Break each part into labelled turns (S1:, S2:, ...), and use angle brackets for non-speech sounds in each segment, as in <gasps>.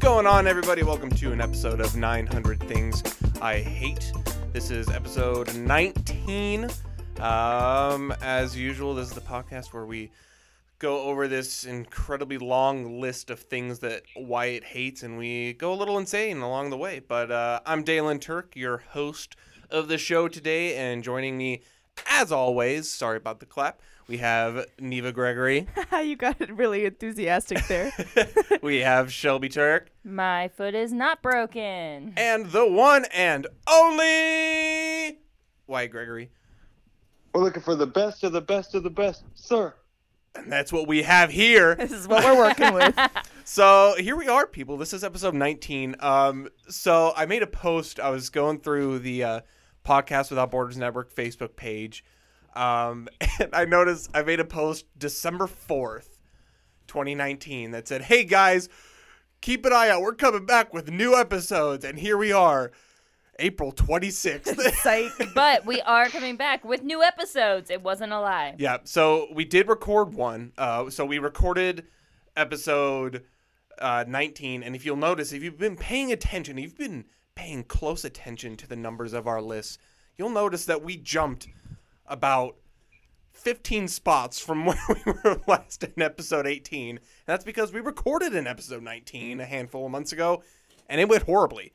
S1: going on, everybody? Welcome to an episode of 900 Things I Hate. This is episode 19. Um, as usual, this is the podcast where we go over this incredibly long list of things that Wyatt hates, and we go a little insane along the way. But uh, I'm Dalen Turk, your host of the show today, and joining me, as always, sorry about the clap, we have Neva Gregory,
S2: <laughs> you got it really enthusiastic there.
S1: we have Shelby Turk.
S3: <laughs> My foot is not broken.
S1: and the one and only Wyatt Gregory.
S4: We're looking for the best of the best of the best, sir.
S1: And that's what we have here.
S3: <laughs>
S2: this is what we're working with.
S1: So here we are, people. This is episode 19. Um, so I made a post. I was going through the uh, Podcast Without Borders Network Facebook page. Um, <laughs> and I noticed I made a post December 4th, 2019, that said, Hey guys, keep an eye out. We're coming back with new episodes. And here we are, April 26th. <laughs>
S2: Psych.
S3: But we are coming back with new episodes. It wasn't a lie.
S1: Yeah. So we did record one. Uh, so we recorded episode uh, 19. And if you'll notice, if you've been paying attention, if you've been paying close attention to the numbers of our list, you'll notice that we jumped about 15 spots from <laughs> where we were last in episode 18. And that's because we recorded in episode 19 a handful of months ago, and it went horribly.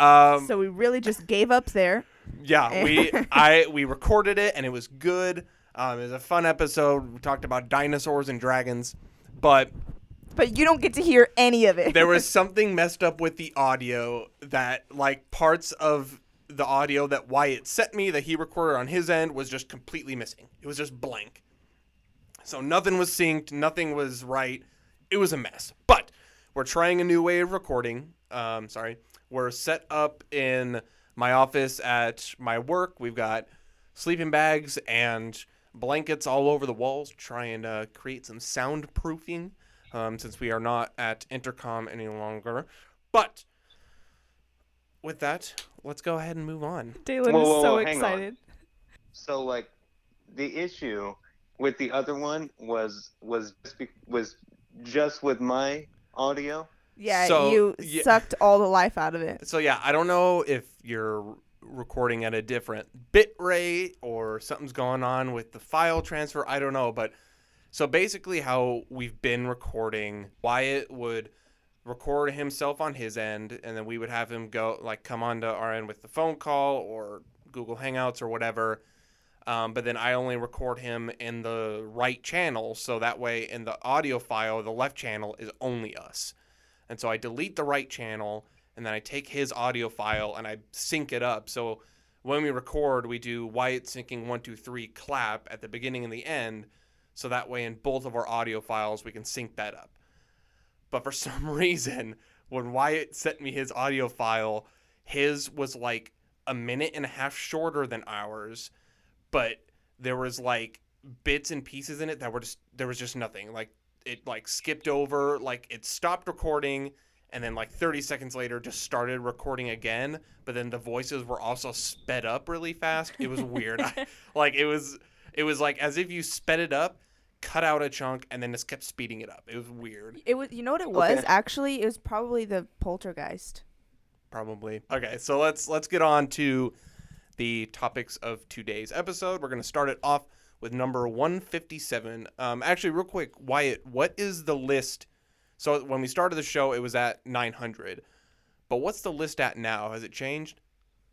S1: Um,
S2: So we really just gave up there. <laughs>
S1: yeah, we I we recorded it and it was good. Um, it was a fun episode. We talked about dinosaurs and dragons, but
S2: But you don't get to hear any of it.
S1: there was
S2: <laughs>
S1: something messed up with the audio that like parts of the audio that Wyatt sent me that he recorded on his end was just completely missing. It was just blank. So nothing was synced, nothing was right. It was a mess. But we're trying a new way of recording. Um, sorry. We're set up in my office at my work. We've got sleeping bags and blankets all over the walls to try and uh, create some soundproofing um, since we are not at intercom any longer. But with that, let's go ahead and move on.
S2: Dalen
S4: Whoa,
S2: is
S4: whoa,
S2: so
S4: whoa, hang on.
S2: excited.
S4: So like, the issue with the other one was was just be- was just with my audio.
S2: Yeah,
S1: So,
S2: you
S1: yeah.
S2: sucked all the life out of it.
S1: So yeah, I don't know if you're recording at a different bit rate or something's going on with the file transfer. I don't know, but so basically how we've been recording, Wyatt would record himself on his end and then we would have him go like come onto our end with the phone call or Google Hangouts or whatever. Um, but then I only record him in the right channel, so that way in the audio file, the left channel is only us. And so I delete the right channel and then I take his audio file and I sync it up. So when we record, we do Wyatt syncing one, two, three, clap at the beginning and the end. So that way in both of our audio files, we can sync that up. But for <laughs> some reason, when Wyatt sent me his audio file, his was like a minute and a half shorter than ours, but there was like bits and pieces in it that were just there was just nothing. Like it like skipped over, like it stopped recording and then like 30 seconds later just started recording again, but then the voices were also sped up really fast. It was weird. I, like it was it was like as if you sped it up, cut out a chunk and then just kept speeding it up. It was weird.
S2: It was you know what it was?
S4: Okay.
S2: Actually, it was probably the poltergeist.
S1: probably. Okay, so let's let's get on to the topics of today's episode. We're going to start it off with number 157. Um, actually, real quick, Wyatt, what is the list? So when we started the show, it was at 900, but what's the list at now? Has it changed?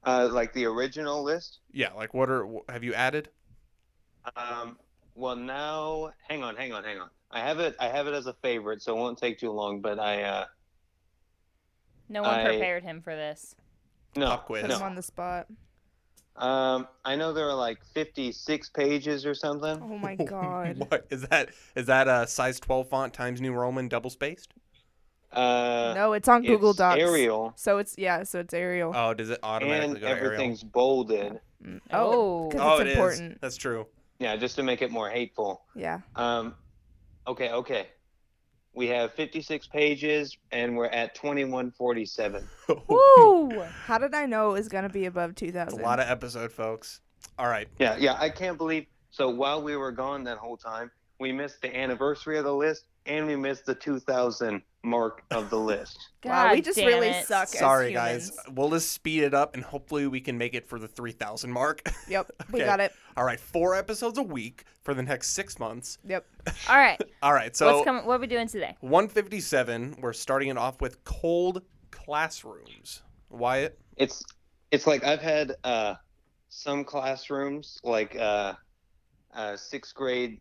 S4: Uh, like the original list.
S1: Yeah, like what are wh- have you added?
S4: Um, well now, hang on, hang on, hang on. I have it. I have it as a favorite, so it won't take too long. But I uh,
S3: No one
S4: I-
S3: prepared him for this.
S4: no,
S1: Pop quiz.
S2: Put him
S4: no.
S2: on the spot.
S4: Um, I know there are like fifty-six pages or something.
S1: <laughs>
S2: Oh my god.
S1: what is that? Is that a size 12 font Times New Roman double spaced?
S4: Uh,
S2: no, it's on Google
S4: it's
S2: Docs.
S4: Arial,
S2: So it's yeah, so it's Arial.
S1: Oh, does it automatically
S4: and
S1: go to Arial?
S4: everything's bolded.
S2: Mm.
S3: Oh.
S2: 'cause
S1: Oh,
S2: it's
S1: it is.
S2: important.
S1: That's true. <laughs>
S4: Yeah, just to make it more hateful.
S2: Yeah.
S4: Um, okay, okay. We have 56 pages and we're at 2147.
S3: Woo!
S2: How did I know it was gonna be above two
S1: It's a
S2: thousand?
S1: lot of episode, folks. All right.
S4: Yeah, yeah, I can't believe. So while we were gone that whole time, we missed the anniversary of the list and we missed the 2000 mark of the
S2: <laughs>
S4: list.
S2: Wow, we
S3: God
S2: just
S3: damn
S2: really
S3: it.
S2: suck as
S1: Sorry, guys.
S2: humans.
S1: We'll just speed it up and hopefully we can make it for the 3,000 mark. <laughs>
S2: Yep, we
S1: Okay.
S2: got it.
S1: All right, four episodes a week for the next six months.
S2: Yep.
S3: All
S4: <laughs>
S3: right,
S1: All right, so
S3: what's coming? What are we doing today?
S1: 157, we're starting it off with cold classrooms. Wyatt?
S4: It's it's like I've had uh, some classrooms like uh, uh, sixth grade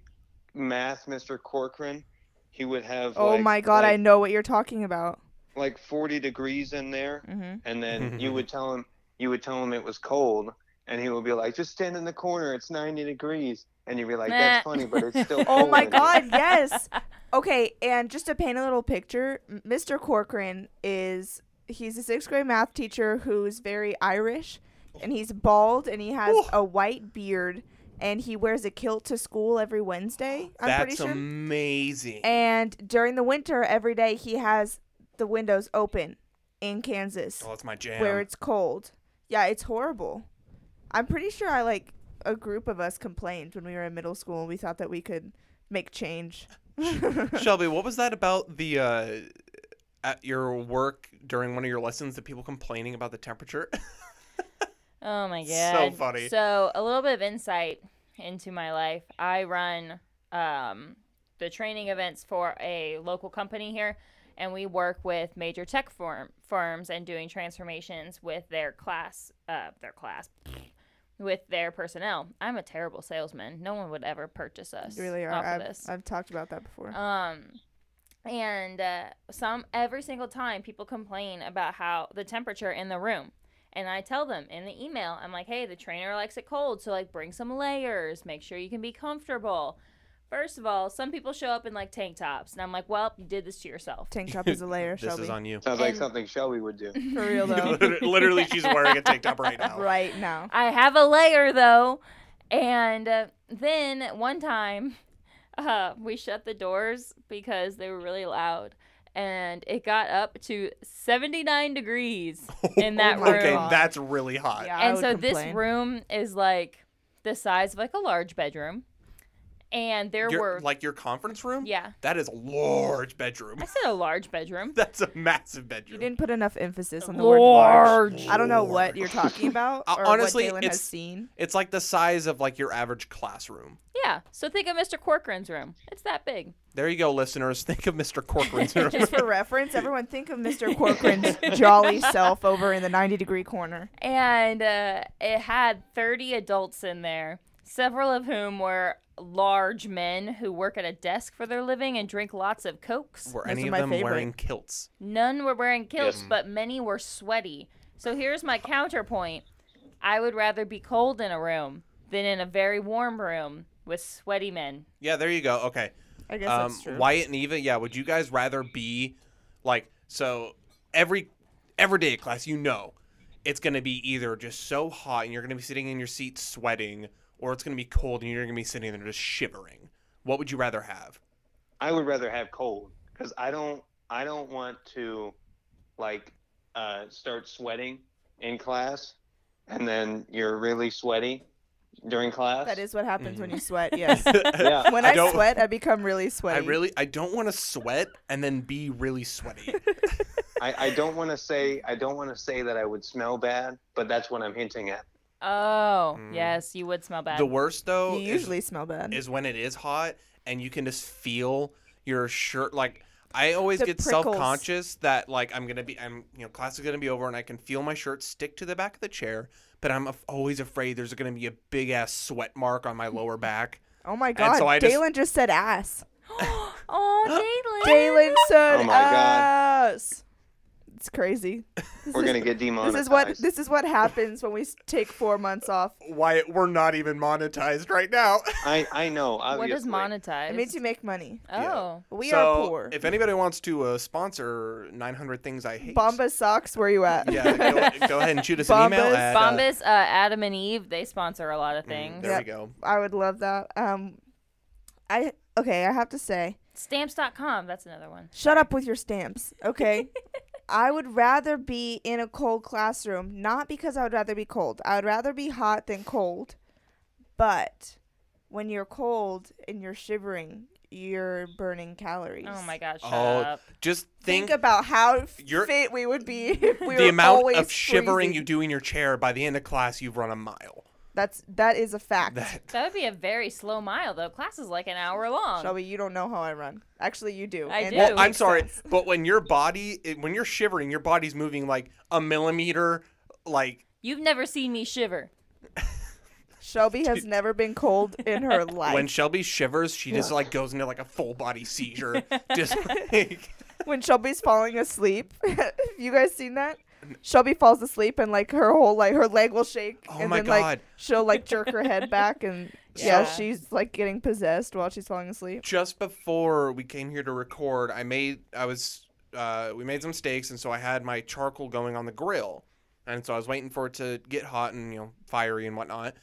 S4: math, Mr. Corcoran. He would have.
S2: Oh
S4: like-
S2: my god, I
S4: like,
S2: know what you're talking about.
S4: like forty degrees in there,
S2: Mm-hmm.
S4: and then you would tell him you would tell him it was cold, and he would be like, "Just stand in the corner. It's ninety degrees." And you'd be like, "That's
S3: Nah.
S4: funny, but
S2: <laughs>
S4: it's still."
S2: Oh
S4: cold
S1: <laughs>
S2: my
S4: in here."
S2: god, yes. Okay, and just to paint a little picture, M- Mr. Corcoran is he's a sixth grade math teacher who's very Irish, and he's bald and he has
S1: Ooh.
S2: a white beard and he wears a kilt to school every Wednesday. I'm pretty
S1: That's
S2: sure.
S1: amazing.
S2: and during the winter, every day he has the windows open in Kansas
S1: oh, that's my jam.
S2: where it's cold. Yeah, it's horrible. I'm pretty sure I like a group of us complained when we were in middle school and we thought that we could make change.
S1: Shelby, what was that about the uh, at your work during one of your lessons? The people complaining about the temperature. <laughs>
S3: Oh my
S1: So
S3: god.
S1: funny.
S3: So a little bit of insight into my life. I run um, the training events for a local company here, and we work with major tech firm, firms and doing transformations with their class, uh, their class, with their personnel. I'm a terrible salesman. No one would ever purchase us.
S2: You really are.
S3: off of
S2: I've,
S3: this.
S2: I've talked about that before.
S3: Um, and uh, some every single time people complain about how the temperature in the room. And I tell them in the email, I'm like, hey, the trainer likes it cold, so like bring some layers, make sure you can be comfortable. First of all, some people show up in like tank tops, and I'm like, well, you did this to yourself.
S2: Tank top
S1: <laughs>
S2: is a layer,
S1: this
S2: Shelby.
S1: is on you.
S4: Sounds like
S3: And-
S4: something Shelby would do.
S2: <laughs> For
S1: <laughs>
S2: real though.
S1: Literally, she's wearing a tank top right now.
S2: right now.
S3: I have a layer though. And uh, then one time, <laughs> uh, we shut the doors because they were really loud, and it got up to 79 degrees in that room.
S1: okay, that's really hot.
S2: Yeah, I
S3: and
S2: would
S3: so this
S2: complain.
S3: room is like the size of like a large bedroom, and there
S1: Your-
S3: were
S1: like your conference room.
S3: yeah,
S1: that is a large bedroom.
S3: I said a large bedroom.
S1: <laughs> That's a massive
S2: You
S1: bedroom.
S2: didn't put enough emphasis on the word large. I don't know what you're talking about
S1: <laughs> Uh,
S2: or
S1: honestly,
S2: what Jalen
S1: it's-
S2: has
S1: <laughs>
S2: seen.
S1: It's like the size of like your average classroom.
S3: Yeah, so think of Mr. Corcoran's room. It's that big.
S1: There you go, listeners. <laughs> Think of Mr. Corcoran's room.
S2: <laughs> Just for reference, everyone think of Mr. Corcoran's
S1: <laughs>
S2: jolly self over in the 90 degree corner.
S3: and uh, it had 30 adults in there, several of whom were large men who work at a desk for their living and drink lots of cokes.
S1: <laughs> Were
S2: Those
S1: any
S2: are
S1: of
S2: my
S1: them
S2: favorite.
S1: wearing kilts?
S3: None were wearing kilts,
S4: Yes.
S3: but many were sweaty. So here's my counterpoint I would rather be cold in a room than in a very warm room with sweaty men.
S1: Yeah, there you go. Okay.
S2: I guess
S1: um,
S2: that's true.
S1: Wyatt and Eva, yeah, would you guys rather be like so every every day of class, you know, it's gonna be either just so hot and you're gonna be sitting in your seat sweating, or it's gonna be cold and you're gonna be sitting there just shivering. What would you rather have?
S4: I would rather have cold because I don't I don't want to like uh, start sweating in class and then you're really sweaty during class.
S2: That is what happens when
S1: Mhm. <laughs>
S2: you sweat, yes. <laughs>
S4: Yeah.
S2: When I,
S1: don't-
S2: sweat, I become really
S1: I
S2: sweaty.
S1: really I don't want to sweat and then be really
S2: <laughs>
S1: sweaty.
S4: I, I don't want to say I don't want to say that I would smell bad, but that's what I'm hinting at.
S3: Oh,
S1: Mm.
S3: yes, you would smell bad. <gasps>
S1: the worst though
S2: you
S1: is
S2: usually smell bad.
S1: is when it is hot and you can just feel your shirt like I always
S2: The
S1: get
S2: prickles.
S1: self-conscious that like I'm gonna be I'm you know class is gonna be over and I can feel my shirt stick to the back of the chair, but I'm af- always afraid there's gonna be a big ass sweat mark on my lower back.
S2: oh my
S1: so
S2: god,
S1: I just-
S2: Dalen just... said ass.
S3: oh, Dalen.
S2: Dalen said
S4: Oh my God.
S2: ass. It's crazy. This
S4: We're
S2: is-
S4: gonna get demonetized.
S2: This is what this is what happens when we s- take four months off.
S1: Wyatt, we're not even monetized right now. <laughs>
S4: I I know. Obviously.
S3: What is monetized?
S2: It means you make money.
S3: Oh.
S2: But we
S1: So,
S2: are poor.
S1: If anybody wants to uh, sponsor 900 things I hate,
S2: Bomba socks, where you at?
S1: yeah, go, go ahead and shoot us an email.
S2: Bombas.
S1: At, uh,
S3: Bombas, uh, Adam and Eve, they sponsor a lot of
S1: mm,
S3: things.
S1: There
S2: Yep.
S1: we go.
S2: <laughs> I would love that. Um, I okay. I have to say,
S3: Stamps.com, that's another one.
S2: shut up with your stamps.
S3: <laughs>
S2: Okay. I would rather be in a cold classroom, not because I would rather be cold. I would rather be hot than cold. But when you're cold and you're shivering, you're burning calories.
S3: Oh my God! Shut
S1: Oh,
S3: up.
S1: Just
S2: Think,
S1: think,
S2: about how f-
S1: You're-
S2: fit we
S1: <laughs>
S2: would be if we
S1: the
S2: were
S1: amount
S2: always
S1: of shivering you
S2: freezing.
S1: do in your chair. By the end of class, you've run a mile.
S2: That's that is a fact.
S1: That <laughs>
S3: That would be a very slow mile though. Class is like an hour long.
S2: <laughs> Shelby, you don't know how I run. Actually, you do.
S3: I
S2: and
S3: do.
S2: that
S3: Well,
S1: I'm
S2: makes
S1: sorry,
S2: sense.
S1: but when your body, it- when you're shivering, your body's moving like a millimeter. Like
S3: You've never seen me shiver.
S2: Shelby
S1: <laughs>
S2: has never been cold in her
S1: when
S2: life. When,
S1: Shelby shivers, she just like goes into like a full body seizure.
S2: <laughs>
S1: just like
S2: Shelby's falling asleep, <laughs> have you guys seen that? Shelby falls asleep and like her whole like her leg will shake.
S1: Oh
S2: and
S1: my
S2: then,
S1: God.
S2: Like, she'll like jerk her head back
S1: <laughs>
S2: and <laughs> yeah.
S3: Yeah.
S2: she's like getting possessed while she's falling asleep.
S1: just before we came here to record, I made I was uh, we made some steaks, and so I had my charcoal going on the grill, and so I was waiting for it to get hot and you know fiery and whatnot.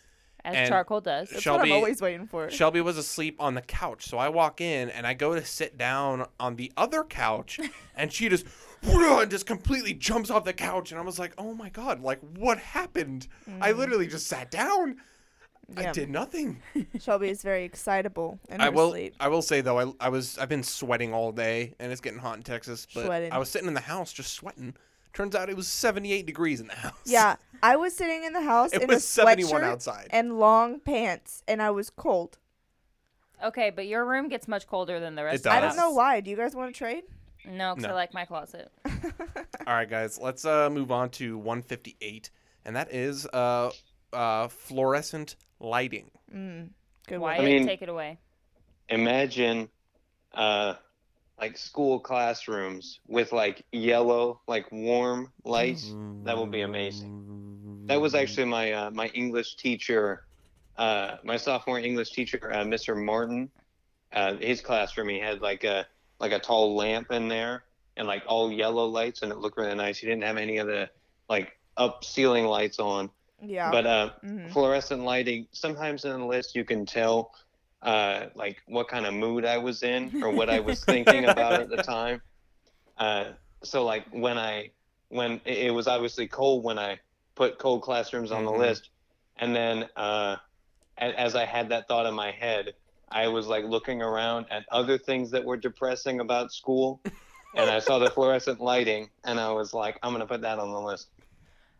S3: As
S1: And
S3: charcoal does.
S2: That's what
S1: Shelby-
S2: I'm always waiting for.
S1: Shelby was asleep on the couch, so I walk in and I go to sit down on the other
S2: <laughs>
S1: couch, and she just <laughs> and just completely jumps off the couch, and I was like, "Oh my god! Like what happened? I literally just sat down. I
S2: Mm. Yeah.
S1: did
S2: <laughs>
S1: nothing."
S2: Shelby is very excitable in her
S1: I will. <laughs>
S2: sleep.
S1: I will say though, I, I was I've been sweating all day, and it's getting hot in Texas. But
S2: Sweating.
S1: I was sitting in the house just sweating. Turns out it was 78 degrees in the house.
S2: Yeah, I was sitting in the house
S1: <laughs> It
S2: in
S1: was
S2: a
S1: 71
S2: sweatshirt
S1: outside.
S2: and long pants, and I was cold.
S3: Okay, but your room gets much colder than the rest.
S1: It
S3: Of
S2: I
S1: does.
S2: don't
S3: us.
S2: know why. Do you guys want to trade?
S3: No, 'cause I
S1: No.
S3: like my closet.
S1: All right, guys, let's uh, move on to 158, and that is uh, uh, fluorescent lighting.
S2: Mm, good
S3: Why?
S2: one.
S4: mean-
S3: take it away.
S4: imagine uh like school classrooms with like yellow like warm
S1: Mm-hmm.
S4: lights that would be amazing that was actually my uh, my english teacher uh my sophomore english teacher uh, mr martin uh his classroom he had like a like a tall lamp in there and like all yellow lights and it looked really nice he didn't have any of the like up ceiling lights on
S2: Yeah.
S4: but uh
S2: Mhm.
S4: fluorescent lighting sometimes in the list you can tell uh, like what kind of mood i was in or what i was thinking about at the time uh, so like when i when it it was obviously cold when i put cold classrooms on
S1: Mhm.
S4: the list and then uh, a- as i had that thought in my head i was like looking around at other things that were depressing about school and i saw the fluorescent lighting and i was like i'm going to put that on the list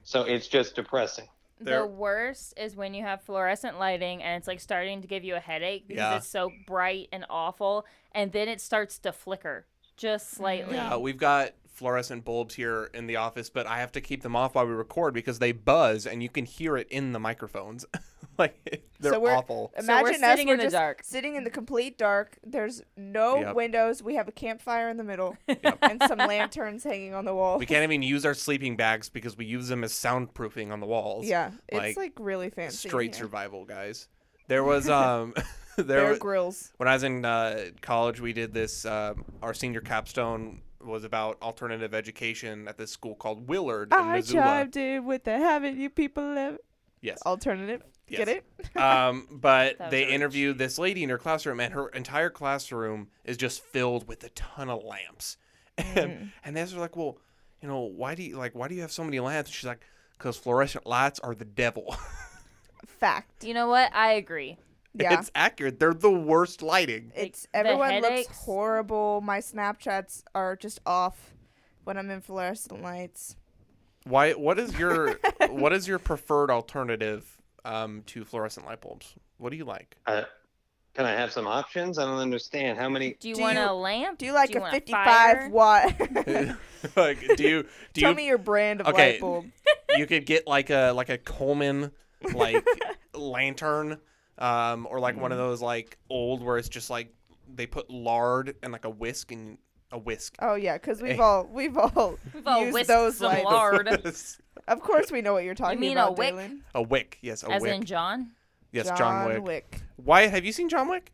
S4: so it's just depressing
S1: There-
S3: The worst is when you have fluorescent lighting and it's like starting to give you a headache because
S1: Yeah.
S3: it's so bright and awful, and then it starts to flicker just slightly.
S1: Yeah, Uh, we've got fluorescent bulbs here in the office, but I have to keep them off while we record because they buzz and you can hear it in the microphones. <laughs> like they're
S2: So we're-
S1: awful.
S3: So we're
S2: Imagine us
S3: sitting
S2: we're
S3: in the
S2: just
S3: dark.
S2: sitting in the complete dark. There's no
S1: Yep.
S2: windows. We have a campfire in the
S3: <laughs>
S2: middle and some lanterns hanging on the wall.
S1: We can't even use our sleeping bags because we use them as soundproofing on the walls.
S2: yeah,
S1: like,
S2: it's like really fancy.
S1: Straight
S2: here.
S1: survival, guys. There was um <laughs>
S2: There
S1: there
S2: are
S1: was,
S2: grills.
S1: when I was in uh, college, we did this. Um, our senior capstone was about alternative education at this school called Willard in
S2: I
S1: Missoula.
S2: jived in with the haven't you people live
S1: Yes.
S2: alternative.
S1: Yes.
S2: Get it?
S1: <laughs> um, but
S3: Oh. That was
S1: they
S3: a reach.
S1: interviewed this lady in her classroom, and her entire classroom is just filled with a ton of lamps. <laughs> And
S3: Mm.
S1: and they were like, "Well, you know, why do you like why do you have so many lamps?" And she's like, "Cause fluorescent lights are the devil." <laughs>
S2: Fact.
S3: You know what? I agree.
S2: Yeah.
S1: it's accurate. They're the worst lighting.
S2: It's
S3: the
S2: everyone looks
S3: headaches.
S2: horrible. My Snapchats are just off when I'm in fluorescent lights.
S1: Why? What is
S3: <laughs>
S1: your what is your preferred alternative um, to fluorescent light bulbs? What do you
S3: <laughs>
S1: like? <laughs>
S4: Uh, can I have some options? I don't understand. How many?
S3: Do you
S2: Do
S3: want
S2: you-
S3: a lamp?
S2: Do you like a
S3: want
S2: 55
S3: fire?
S2: watt?
S1: <laughs> like, do you do
S2: Tell
S1: you
S2: me your brand of
S1: Okay.
S2: light bulb.
S1: you could get like a like a Coleman
S3: <laughs>
S1: like lantern, um, or like
S3: Mm-hmm.
S1: one of those like old where it's just like they put lard and like a whisk and a whisk.
S2: Oh yeah, because we've
S4: Eh.
S1: Hey.
S2: all we've all
S3: <laughs> We've all
S2: used
S3: whisked
S2: those
S3: some
S2: lights.
S3: lard.
S2: <laughs> Of course, we know what you're talking
S3: mean a
S2: about.
S3: wick?
S2: Dylan.
S1: <laughs> a wick, yes, a
S3: As
S1: wick.
S3: in John?
S1: yes, John Wick.
S2: Wick.
S1: Wyatt, have you seen John Wick?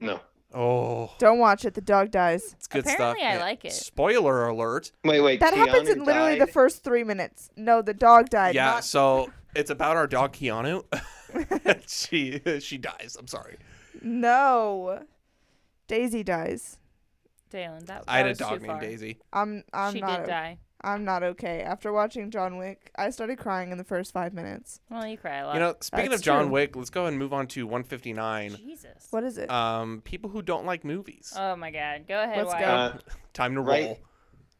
S4: No.
S1: Oh,
S2: Don't watch it. The dog dies.
S1: it's good
S3: Apparently
S1: stuff.
S3: I
S1: Yeah.
S3: like it.
S1: Spoiler alert.
S4: Wait, wait.
S2: That happens
S4: Keanu
S2: in literally the
S4: died?
S2: first three minutes. No, the dog died.
S1: yeah,
S2: not-
S1: so it's about our dog Keanu. <laughs> she she dies. I'm sorry.
S2: no. Daisy dies.
S3: Dalen, that,
S1: I
S3: that
S1: had a
S3: was too
S1: dog named
S3: far.
S1: Daisy.
S2: I'm I'm
S3: she
S2: not.
S3: did
S2: o-
S3: die.
S2: I'm not okay. After watching John Wick, I started crying in the first five minutes.
S3: Well, you cry a lot.
S1: You know, speaking
S2: That's
S1: of John
S2: true.
S1: Wick, let's go ahead and move on to 159.
S3: Jesus.
S2: What is it?
S4: Uh,
S1: Um, people who don't like movies.
S2: Uh,
S3: Oh my God. Go ahead.
S2: Let's
S3: Wyatt.
S4: Uh,
S2: go.
S1: Time to
S4: right.
S1: <laughs> roll.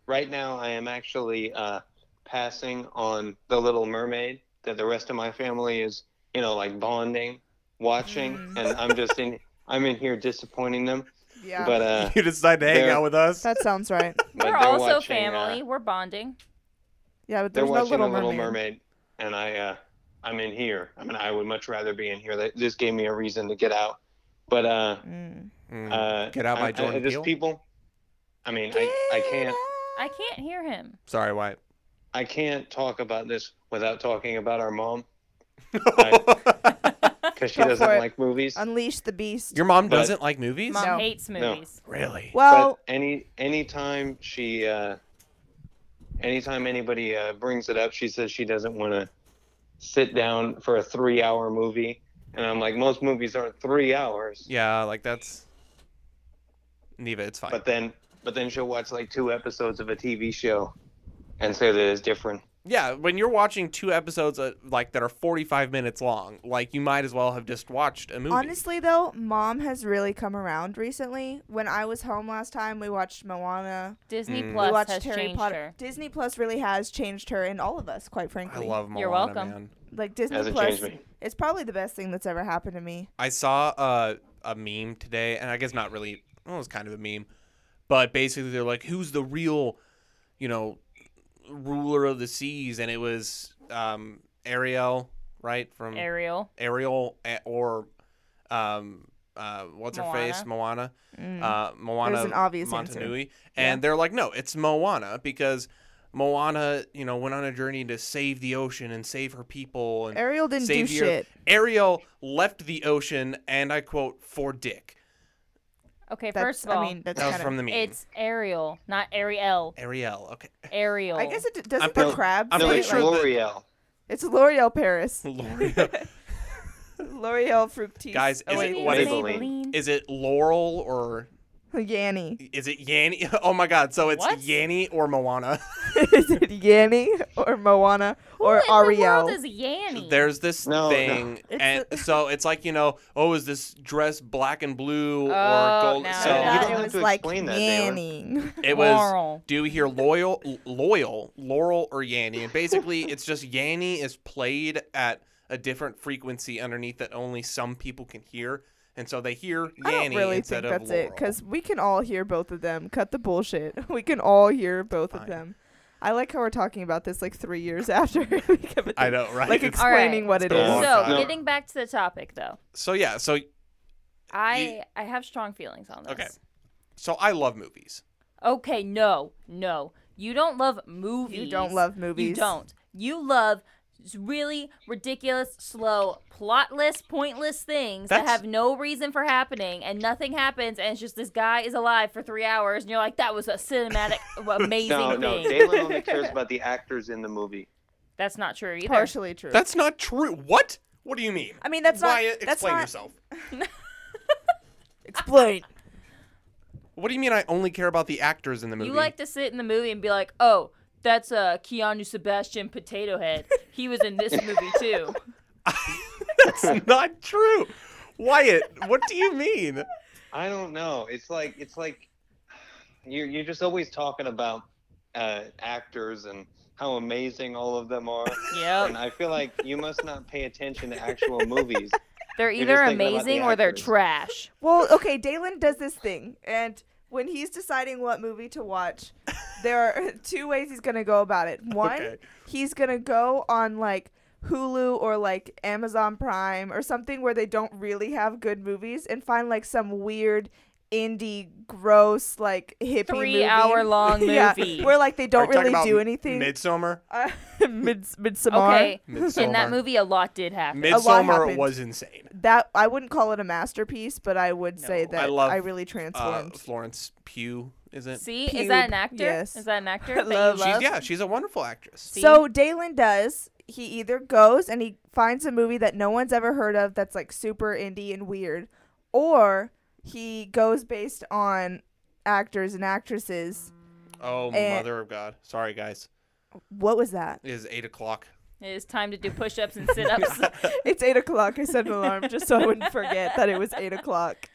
S4: right now, I am actually uh, passing on The Little Mermaid that the rest of my family is, you know, like bonding, watching,
S2: Mm.
S4: and I'm just in. I'm in here disappointing them,
S2: yeah.
S4: but uh,
S1: you decide to hang
S4: they're-
S1: out with us.
S2: that sounds right.
S4: but
S3: We're
S4: they're
S3: also
S4: watching, uh,
S3: family. We're bonding.
S2: Yeah, but
S4: they're
S2: there's no
S4: watching
S2: Little
S4: The Little
S2: Mermaid.
S4: Mermaid, and I, uh, I'm in here. I mean, I would much rather be in here. That- This gave me a reason to get out, but uh,
S2: Mm.
S1: Mm.
S4: uh,
S1: Get Out by
S4: I- I-
S1: Jordan
S4: Just
S1: Peele?
S4: people. I mean, I, I can't.
S3: I can't hear him.
S1: Sorry, Wyatt.
S4: I can't talk about this without talking about our mom
S2: <laughs>
S4: because she
S2: Go
S4: doesn't
S2: for it.
S4: like movies.
S2: Unleash the
S1: <laughs>
S2: beast.
S1: Your mom
S4: But-
S1: doesn't like movies?
S3: Mom
S2: No.
S3: hates movies.
S1: Really?
S2: well,
S4: but any anytime she, uh, anytime anybody uh, brings it up, she says she doesn't want to sit down for a three-hour movie, and I'm like, most movies aren't three hours.
S1: Yeah, like that's. Neva, it's fine.
S4: But then, but then she'll watch like two episodes of a TV show, and say that it's different.
S1: yeah, when you're watching two episodes uh, like that are 45 minutes long, like you might as well have just watched a movie.
S2: honestly though, mom has really come around recently. When I was home last time, we watched Moana.
S3: Disney
S1: Mm.
S2: we
S3: Plus
S2: watched
S3: has
S2: Harry
S3: changed
S2: Potter.
S3: her.
S2: Disney Plus really has changed her and all of us, quite
S1: I
S2: frankly.
S1: love Moana,
S3: You're welcome.
S1: man.
S2: like Disney
S4: Hasn't
S2: Plus.
S4: changed me.
S2: It's probably the best thing that's ever happened to me.
S1: I saw a a meme today, and I guess not really. Well, it was kind of a meme, but basically they're like, "Who's the real, you know, ruler of the seas?" And it was um, Ariel, right from
S3: Ariel.
S1: Ariel a- or um, uh, what's her face Moana,
S2: Mm.
S1: uh, Moana
S2: an obvious answer.
S1: Montanui, and they're like, "No, it's Moana because." Moana, you know, went on a journey to save the ocean and save her people. And
S2: Ariel didn't do
S1: Save your-
S2: shit.
S1: Ariel left the ocean, and I quote, for dick.
S3: Okay,
S2: That's,
S3: first of all,
S2: I mean, that's
S1: That was
S2: kind
S1: from
S2: of.
S1: the meme.
S3: it's Ariel, not Ariel.
S1: Ariel.
S3: <laughs>
S1: Okay. <laughs>
S3: Ariel.
S2: I guess it d- doesn't.
S1: pre-
S2: the crab.
S1: I'm
S2: say
S4: no,
S1: pretty
S2: it
S4: it's
S1: sure
S2: like-
S1: that-
S4: L'Oreal.
S2: it's L'Oreal Paris.
S1: <laughs> L'Oreal.
S2: L'Oreal Fructis.
S1: Guys,
S2: oh,
S1: is
S2: wait,
S1: it
S2: <laughs> what
S1: what
S2: is
S1: is-
S3: Maybelline.
S1: Is it Laurel or
S2: Yanny?
S1: is it Yanny? <laughs> Oh my God! So it's
S3: What?
S1: Yanny or Moana.
S2: is it Yanny or Moana
S3: Who
S2: or
S3: in the
S2: Ariel?
S3: world is Yanny?
S1: <laughs> There's this
S4: No, no.
S1: thing,
S2: It's
S1: and
S2: a-
S1: so it's like you know, oh, is this dress black and blue
S3: Oh,
S1: or gold?
S3: now
S1: So
S4: I
S2: I
S4: you
S2: thought
S4: don't
S2: it
S4: have
S2: was
S4: to
S2: like
S4: explain that, Taylor.
S2: <laughs> Yanny.
S1: it was.
S3: Laurel.
S1: Do you hear loyal, loyal, Laurel or Yanny? And basically, it's just Yanny is played at a different frequency underneath that only some people can hear, and so they hear
S2: I don't
S1: Yanny
S2: really
S1: instead
S2: think that's
S1: of
S2: it
S1: Laurel.
S2: because we can all hear both of them. Cut the bullshit. <laughs> We can all hear both of
S1: Fine.
S2: them. I like how we're talking about this like three years <laughs> after. we come
S1: I know, right? <laughs>
S2: Like
S1: It's-
S3: All right.
S2: explaining what it
S1: It's been a
S2: is.
S1: long
S3: So,
S1: time.
S4: No.
S3: getting back to the topic though,
S1: so yeah, so
S3: I
S1: You-
S3: I have strong feelings on this.
S1: Okay. So I love movies.
S3: Okay, no, no. You don't love movies.
S2: You don't love movies.
S3: You don't. You love s- really ridiculous, slow, plotless, pointless things that
S1: That's-
S3: have no reason for happening and nothing happens and it's just this guy is alive for three hours and you're like, that was a
S2: <laughs>
S3: cinematic, amazing
S4: No,
S3: thing.
S4: no, Dalen
S3: <laughs>
S4: only cares about the actors in the movie.
S3: That's not true either.
S2: Partially true.
S1: That's not true. What? What do you mean?
S2: I mean, that's not.
S1: Wyatt,
S2: that's
S1: explain
S2: not,
S1: yourself.
S2: Explain.
S1: What do you mean I only care about the actors in the movie? <laughs>
S3: You like to sit in the movie and be like, oh, that's uh, Keanu Sebastian Potato Head. He was in this movie
S4: <laughs>
S3: too.
S1: That's not true. Wyatt, what do you mean?
S4: I don't know. It's like it's like you're you're just always talking about uh, actors and how amazing all of
S3: <laughs>
S4: them are. and
S3: Yep.
S4: I feel like you must not pay attention to actual movies.
S3: They're
S4: You're
S3: either
S4: just thinking about the
S3: amazing or they're
S4: actors.
S3: trash.
S2: Well, okay, Dalen does this thing, and when he's deciding what movie to watch, there are <laughs> two ways he's gonna go
S1: <laughs>
S2: about it. One,
S1: Okay.
S2: he's gonna go on like Hulu or like Amazon Prime or something where they don't really have good movies and find like some weird indie gross like hippie
S3: Three
S2: movie.
S3: hour long
S2: <laughs> yeah,
S3: movie.
S2: where like they don't
S1: Are you talking
S2: really
S1: about
S2: do anything
S1: Midsummer?
S2: uh,
S3: <laughs>
S2: <laughs> mid midsummer
S3: Okay. In
S1: Midsommar.
S3: that movie, a lot did happen.
S2: lot
S1: Midsummer
S2: happened.
S1: was insane.
S2: that i wouldn't call it a masterpiece but i would say
S3: No.
S2: that
S1: I love,
S2: really
S1: Uh,
S2: transformed
S1: Florence Pugh, is it?
S3: See, is that an
S2: Pube,
S3: actor?
S2: yes.
S3: Is that an actor?
S2: <laughs> I
S3: that you
S2: love-
S1: She's, yeah, she's a wonderful actress.
S3: See?
S2: So Dalen does. He either goes and he finds a movie that no one's ever heard of that's like super indie and weird, or he goes based on actors and actresses
S1: Oh,
S2: Eh.
S1: mother of God. Sorry, guys.
S2: What was that?
S1: It is 8 o'clock.
S3: It is time to do push ups and
S2: <laughs>
S3: sit ups.
S2: It's eight o'clock. I set an alarm just so I wouldn't forget that it was eight o'clock.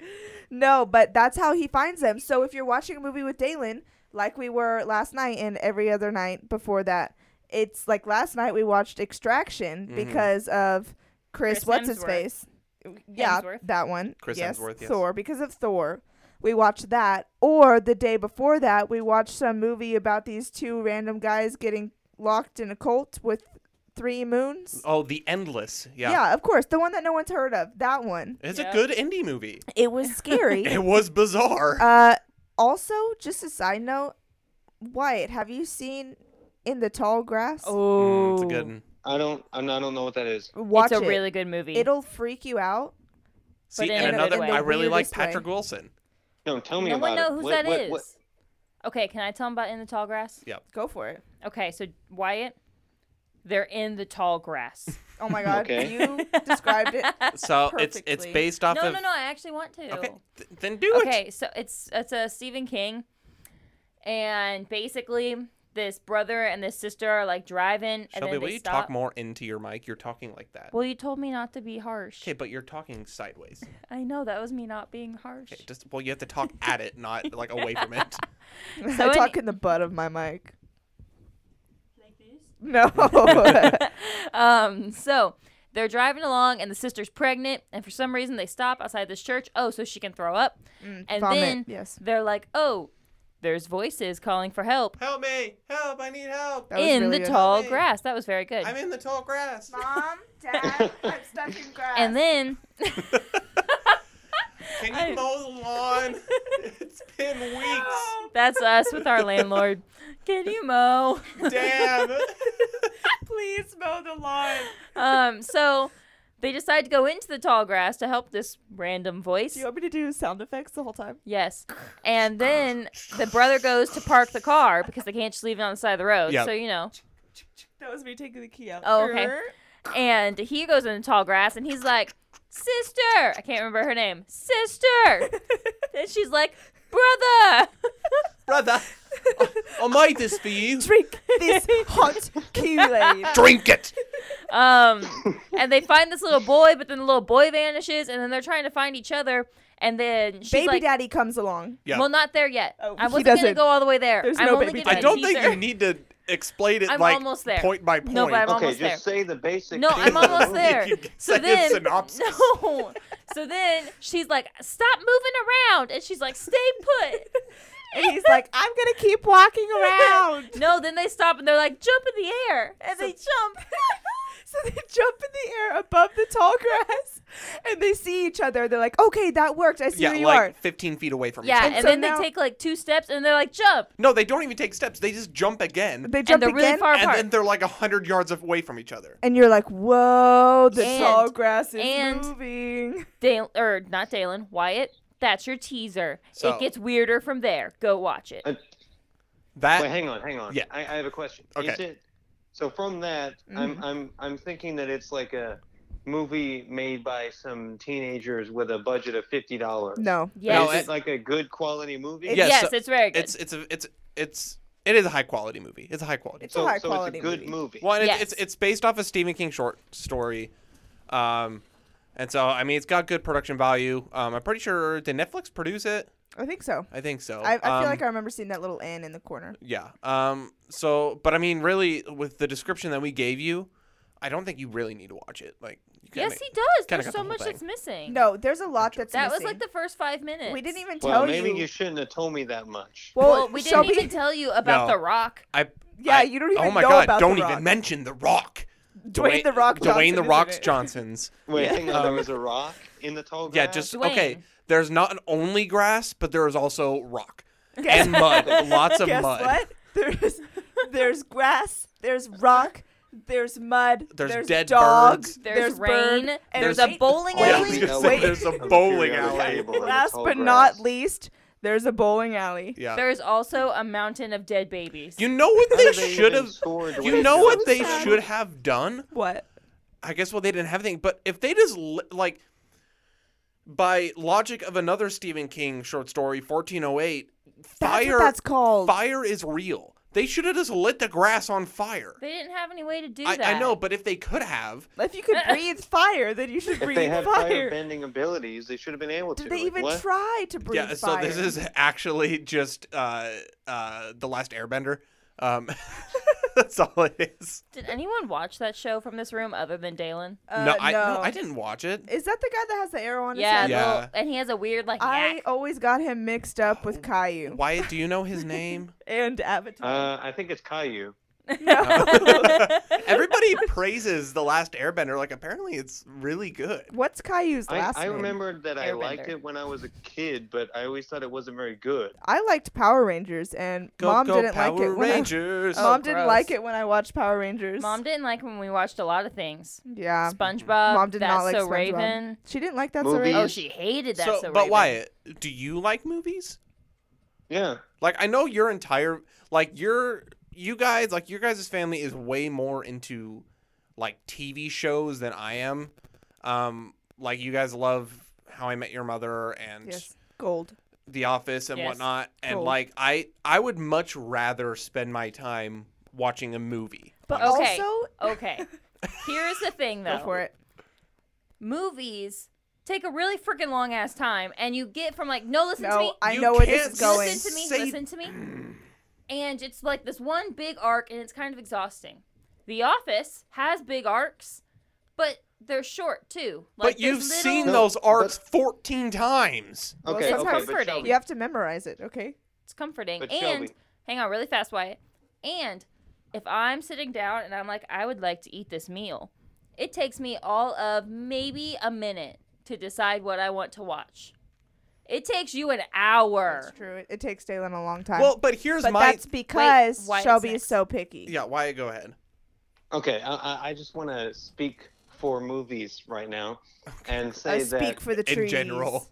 S2: No, but that's how he finds them. So if you're watching a movie with Dalen, like we were last night and every other night before that, it's like last night we watched Extraction
S1: Mhm.
S2: because of Chris,
S3: Chris
S2: what's his
S3: Hemsworth.
S2: face? Yeah,
S3: Hemsworth.
S2: that one.
S1: Chris
S2: yes,
S1: Hemsworth, yes.
S2: Thor because of Thor. We watched that, or the day before that, we watched some movie about these two random guys getting locked in a cult with three moons.
S1: Oh, The Endless. Yeah.
S2: of course. The one that no one's heard of. That one.
S1: It's
S3: Yeah.
S1: a good indie movie.
S2: It was scary.
S1: It was bizarre.
S2: <laughs> uh, also, just a side note, Wyatt, have you seen In the Tall Grass?
S3: Oh,
S1: Mm, it's a good one.
S4: I don't. I'm not- I don't know what that is.
S2: Watch
S3: it's a
S2: it.
S3: really good movie.
S2: It'll freak you out.
S1: See,
S3: in
S1: and
S2: a-
S1: another,
S2: in the
S1: I really like
S2: weirdest way.
S1: Patrick Wilson.
S4: No, tell me
S3: no
S4: about
S3: one
S4: it.
S3: knows who
S4: What-
S3: that is.
S4: what- what-
S3: Okay, can I tell them about In the Tall Grass?
S2: Go for it.
S3: Okay, so Wyatt, they're in the tall grass.
S2: Oh my God,
S4: Okay.
S2: you described
S3: <laughs>
S2: it. <laughs>
S1: So it's it's
S2: Perfectly.
S1: based <laughs> off
S3: no,
S1: of.
S3: no, no, I actually want to.
S1: Okay, th- then do it.
S3: Okay, so it's it's a Stephen King, and basically this brother and this sister are like driving, and
S1: Shelby,
S3: then
S1: will
S3: they
S1: you
S3: stop.
S1: talk more into your mic? You're talking like that.
S3: Well, you told me not to be harsh.
S1: Okay, but you're talking sideways.
S3: I know that was me not being harsh. <laughs>
S1: Okay, just well, you have to talk at it, not like away from it.
S3: So
S2: I
S3: any-
S2: talk in the butt of my mic.
S3: <laughs>
S2: No. <laughs> Mm,
S3: um, so they're driving along, and the sister's pregnant, and for some reason they stop outside this church. Oh, so she can throw up, and
S2: Vomit.
S3: then
S2: yes.
S3: they're like, "Oh, there's voices calling for help
S1: Help me! Help! I need help!
S2: That was
S3: in
S2: really
S3: the
S2: good.
S3: tall
S1: Hey.
S3: grass." That was very good.
S1: I'm in the tall grass.
S2: Mom, Dad, I'm stuck in grass.
S3: <laughs> and then
S1: Can you
S3: I-
S1: mow the
S3: <laughs>
S1: lawn? it's been weeks.
S3: that's us with our
S2: <laughs>
S3: landlord. Can you mow? <laughs>
S1: Damn.
S2: please mow the lawn.
S3: um, so they decide to go into the tall grass to help this random voice.
S2: Do you want me to do sound effects the whole time?
S3: Yes. And then the brother goes to park the car because they can't just leave it on the side of the road.
S1: Yeah.
S3: So, you know.
S2: That was me taking the key out.
S3: Oh, okay.
S2: <laughs>
S3: And he goes in the tall grass and he's like, Sister! I can't remember her name.
S2: <laughs>
S3: Sister! and she's like, Brother!
S1: Brother, I made this for you.
S2: Drink <laughs> this hot Kool-Aid.
S1: Drink it.
S3: Um, and they find this little boy, but then the little boy vanishes, and then they're trying to find each other. And then she's
S2: Baby
S3: like,
S2: daddy comes along.
S1: Yeah.
S3: Well, not there yet.
S2: Oh,
S3: I
S2: he
S3: wasn't going to
S2: doesn't.
S3: go all the way there.
S2: There's
S3: I'm
S2: no
S3: only
S2: baby
S3: giving
S1: I
S3: a
S2: daddy.
S1: don't think
S3: teaser.
S1: you need to explain it
S3: I'm
S1: like
S3: almost there.
S1: point by point.
S3: No, but I'm
S4: okay,
S3: almost
S4: just
S3: there.
S4: say the basic. <laughs>
S3: No,
S4: thing
S3: I'm
S4: of the
S3: almost
S4: movie.
S3: there.
S1: You can
S3: So
S1: say a
S3: then,
S1: synopsis.
S3: <laughs> no. So then she's like, "Stop moving around," and she's like, "Stay put."
S2: And he's like, I'm gonna keep walking around.
S3: <laughs> No. Then they stop and they're like, "Jump in the air," and they
S2: <laughs>
S3: jump.
S2: <laughs> so they jump in the air above the tall grass and they see each other. They're like, Okay, that worked. I see
S1: yeah,
S2: who you
S1: like
S2: are.
S1: 15 feet away from
S3: Yeah,
S1: each
S3: and,
S1: other.
S2: so
S3: then
S2: now-
S3: they take like two steps and they're like, "Jump,"
S1: No, they don't even take steps. They just jump again.
S2: They
S3: and
S2: jump
S3: they're
S2: again
S3: really far
S1: and
S3: apart.
S1: then they're like 100 yards away from each other.
S2: and you're like, Whoa, the
S3: And-
S2: tall grass is
S3: and-
S2: moving.
S3: Dale or not Dalen Wyatt. That's your teaser.
S1: So-
S3: It gets weirder from there. Go watch it.
S4: Uh,
S1: That
S4: Wait, hang on, hang on.
S1: Yeah.
S4: I, I have a question.
S1: Okay.
S4: Is it so from that
S2: Mm-hmm.
S4: I'm I'm I'm thinking that it's like a movie made by some teenagers with a budget of fifty dollars.
S2: No.
S3: Yes,
S1: No,
S4: Is it like a good quality movie?
S2: It-
S1: yes,
S3: yes,
S1: so
S3: it's very good.
S1: it's it's a, it's it's it is a high quality movie. It's a high quality.
S2: It's
S4: so,
S2: a high
S4: so
S2: quality
S4: it's a good
S2: movie.
S4: movie.
S1: Well, and
S3: Yes.
S1: it's, it's it's based off a Stephen King short story, um, and so I mean it's got good production value. Um, I'm pretty sure did Netflix produce it?
S2: I think so.
S1: I think so.
S2: I, I feel
S1: Um,
S2: like I remember seeing that little N in the corner.
S1: yeah. Um, so, but I mean, really, with the description that we gave you, I don't think you really need to watch it. Like, you kinda-
S3: yes, he does.
S1: kinda
S3: There's
S1: got
S3: so
S1: the whole
S3: much
S1: thing.
S3: that's missing.
S2: No, there's a lot that's
S3: that was
S2: missing.
S3: like the first five minutes.
S2: we didn't even
S4: Well,
S2: tell
S4: maybe
S2: you.
S4: you. shouldn't have told me that much.
S2: well,
S3: Well, we didn't
S2: Shelby-
S3: even tell you about
S1: No.
S3: The Rock.
S1: I
S2: Yeah,
S1: I-
S2: you don't even
S1: Oh my
S2: know
S1: god!
S2: about The
S1: don't
S2: Rock.
S1: even mention the Rock.
S2: <laughs> Dwayne The Rock
S1: Dwayne
S2: Johnson,
S1: the
S2: isn't
S1: Rock's
S2: it? <laughs>
S1: Johnson's.
S4: Wait,
S1: <laughs>
S4: hang on. There was a rock in the tall
S1: Yeah,
S4: grass.
S1: just
S3: Dwayne.
S1: okay. There's not only grass, but there is also rock
S2: Guess-
S1: and mud. Lots of
S2: <laughs> Guess
S1: mud.
S2: what? There's there's grass, there's rock, there's mud,
S1: There's dead
S2: dogs,
S1: birds.
S3: There's,
S2: bird,
S3: rain.
S2: and
S3: there's, a
S2: wait-
S3: bowling
S1: Oh, yeah, I
S3: alley.
S1: was
S2: Wait,
S1: gonna say,
S2: wait.
S1: there's a bowling
S4: Periodic
S1: alley.
S4: table in the
S2: Last
S4: tall
S2: but
S4: grass.
S2: not least, there's a bowling alley.
S1: Yeah.
S3: There's also a mountain of dead babies.
S1: you know what
S4: How
S1: they
S4: did they
S1: should
S4: even
S1: have.
S4: score
S1: You
S4: Dwayne
S1: know what they
S4: Johnson?
S1: should have done?
S2: What?
S1: I guess well they didn't have anything, but if they just li- like by logic of another Stephen King short story, 1408,
S2: That's
S1: fire
S2: what that's called.
S1: fire is real. They should have just lit the grass on fire.
S3: They didn't have any way to do
S1: I,
S3: that.
S1: I know, but if they could have,
S2: If you could
S3: <laughs>
S2: breathe fire, then you should
S4: If
S2: breathe
S4: they had fire.
S2: fire.
S4: bending abilities, they should have been able to.
S2: Did they
S4: Like,
S2: even
S4: what?
S2: try to breathe
S1: yeah. So
S2: fire?
S1: this is actually just uh, uh, the last Airbender. Um, <laughs> that's all it is.
S3: Did anyone watch that show from this room other than Dalen?
S2: Uh,
S1: no, I, no, I didn't watch it.
S2: Is that the guy that has the arrow on
S3: Yeah,
S2: his head?
S1: Yeah.
S3: little- and he has a weird like.
S2: I
S3: yak.
S2: always got him mixed up
S1: Oh.
S2: with Caillou
S1: Wyatt, do you know his name?
S2: and Avatar.
S4: Uh, I think it's Caillou.
S1: No.
S2: oh,
S3: <laughs>
S1: <laughs> Everybody praises the last Airbender. Like apparently, it's really good.
S2: What's Caillou's
S4: I,
S2: last
S4: I
S2: name?
S4: remembered that I liked
S3: Airbender.
S4: it when I was a kid, but I always thought it wasn't very good.
S2: I liked Power Rangers, and
S1: Go
S2: mom
S1: go
S2: didn't
S1: Power
S2: like it. When I,
S1: Rangers.
S3: Oh,
S2: <laughs> mom didn't
S3: gross.
S2: like it when I watched Power Rangers.
S3: Mom didn't like when we watched a lot of things.
S2: yeah,
S3: SpongeBob.
S2: Mom did
S3: That's
S2: not like
S3: so
S2: SpongeBob.
S3: Raven.
S2: she didn't like that.
S4: Movies.
S3: Oh, she hated that.
S1: so,
S3: So,
S1: but
S3: Raven.
S1: Wyatt, do you like movies?
S4: Yeah.
S1: Like I know your entire like your you guys like your guys' family is way more into like TV shows than I am. Um like you guys love How I Met Your Mother
S3: Oh,
S1: and
S2: Yes, gold.
S1: The Office and
S3: Yes.
S1: whatnot. And
S2: Cool.
S1: like I I would much rather spend my time watching a movie.
S2: But
S1: honestly.
S3: Okay.
S2: also,
S3: Okay. Here's the thing, though.
S2: <laughs> go for it.
S3: Movies take a really freaking long ass time, and you get from like, no, listen to me.
S2: No, I
S1: You
S2: know where
S1: can't
S2: this is going.
S3: Listen to me.
S1: Say-
S3: Listen to me. And it's like this one big arc, and it's kind of exhausting. The Office has big arcs, but they're short too. Like
S1: but you've
S3: there's
S1: seen
S3: little-
S4: No,
S1: those arcs 14 times.
S2: Well,
S4: Okay.
S2: sometimes
S4: okay. But
S3: comforting.
S4: Shelby,
S2: You have to memorize it, okay?
S3: It's comforting.
S4: But
S3: and
S4: Shelby-
S3: hang on, really fast, Wyatt. And if I'm sitting down and I'm like, I would like to eat this meal, it takes me all of maybe a minute to decide what I want to watch. It takes you an hour.
S2: That's true. It, it takes Dalen a long time.
S1: Well, but here's
S2: but
S1: my
S2: that's because
S3: Wyatt's
S2: Shelby is
S3: next.
S2: so picky.
S1: Yeah, Wyatt, go ahead.
S4: Okay. I, I- I just want to speak for movies right now, and say
S2: I
S4: that
S2: speak for the trees.
S1: In general.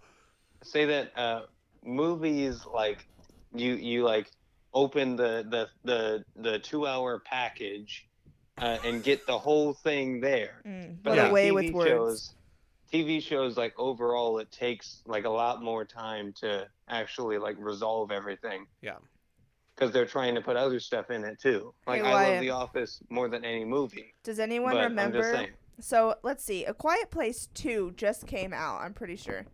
S4: say that uh, movies like you you like open the the the, the two hour package uh, and get the whole thing there.
S2: Mm,
S4: But
S2: what
S4: like
S2: a way
S4: TV
S2: with words.
S4: Shows, TV shows like overall, it takes like a lot more time to actually like resolve everything.
S1: Yeah.
S4: Because they're trying to put other stuff in it too. Like
S2: Hey,
S4: I
S2: Wyatt.
S4: love The Office more than any movie.
S2: Does anyone
S4: but I'm just
S2: remember?
S4: saying.
S2: So let's see. A Quiet Place Two just came out. I'm pretty sure.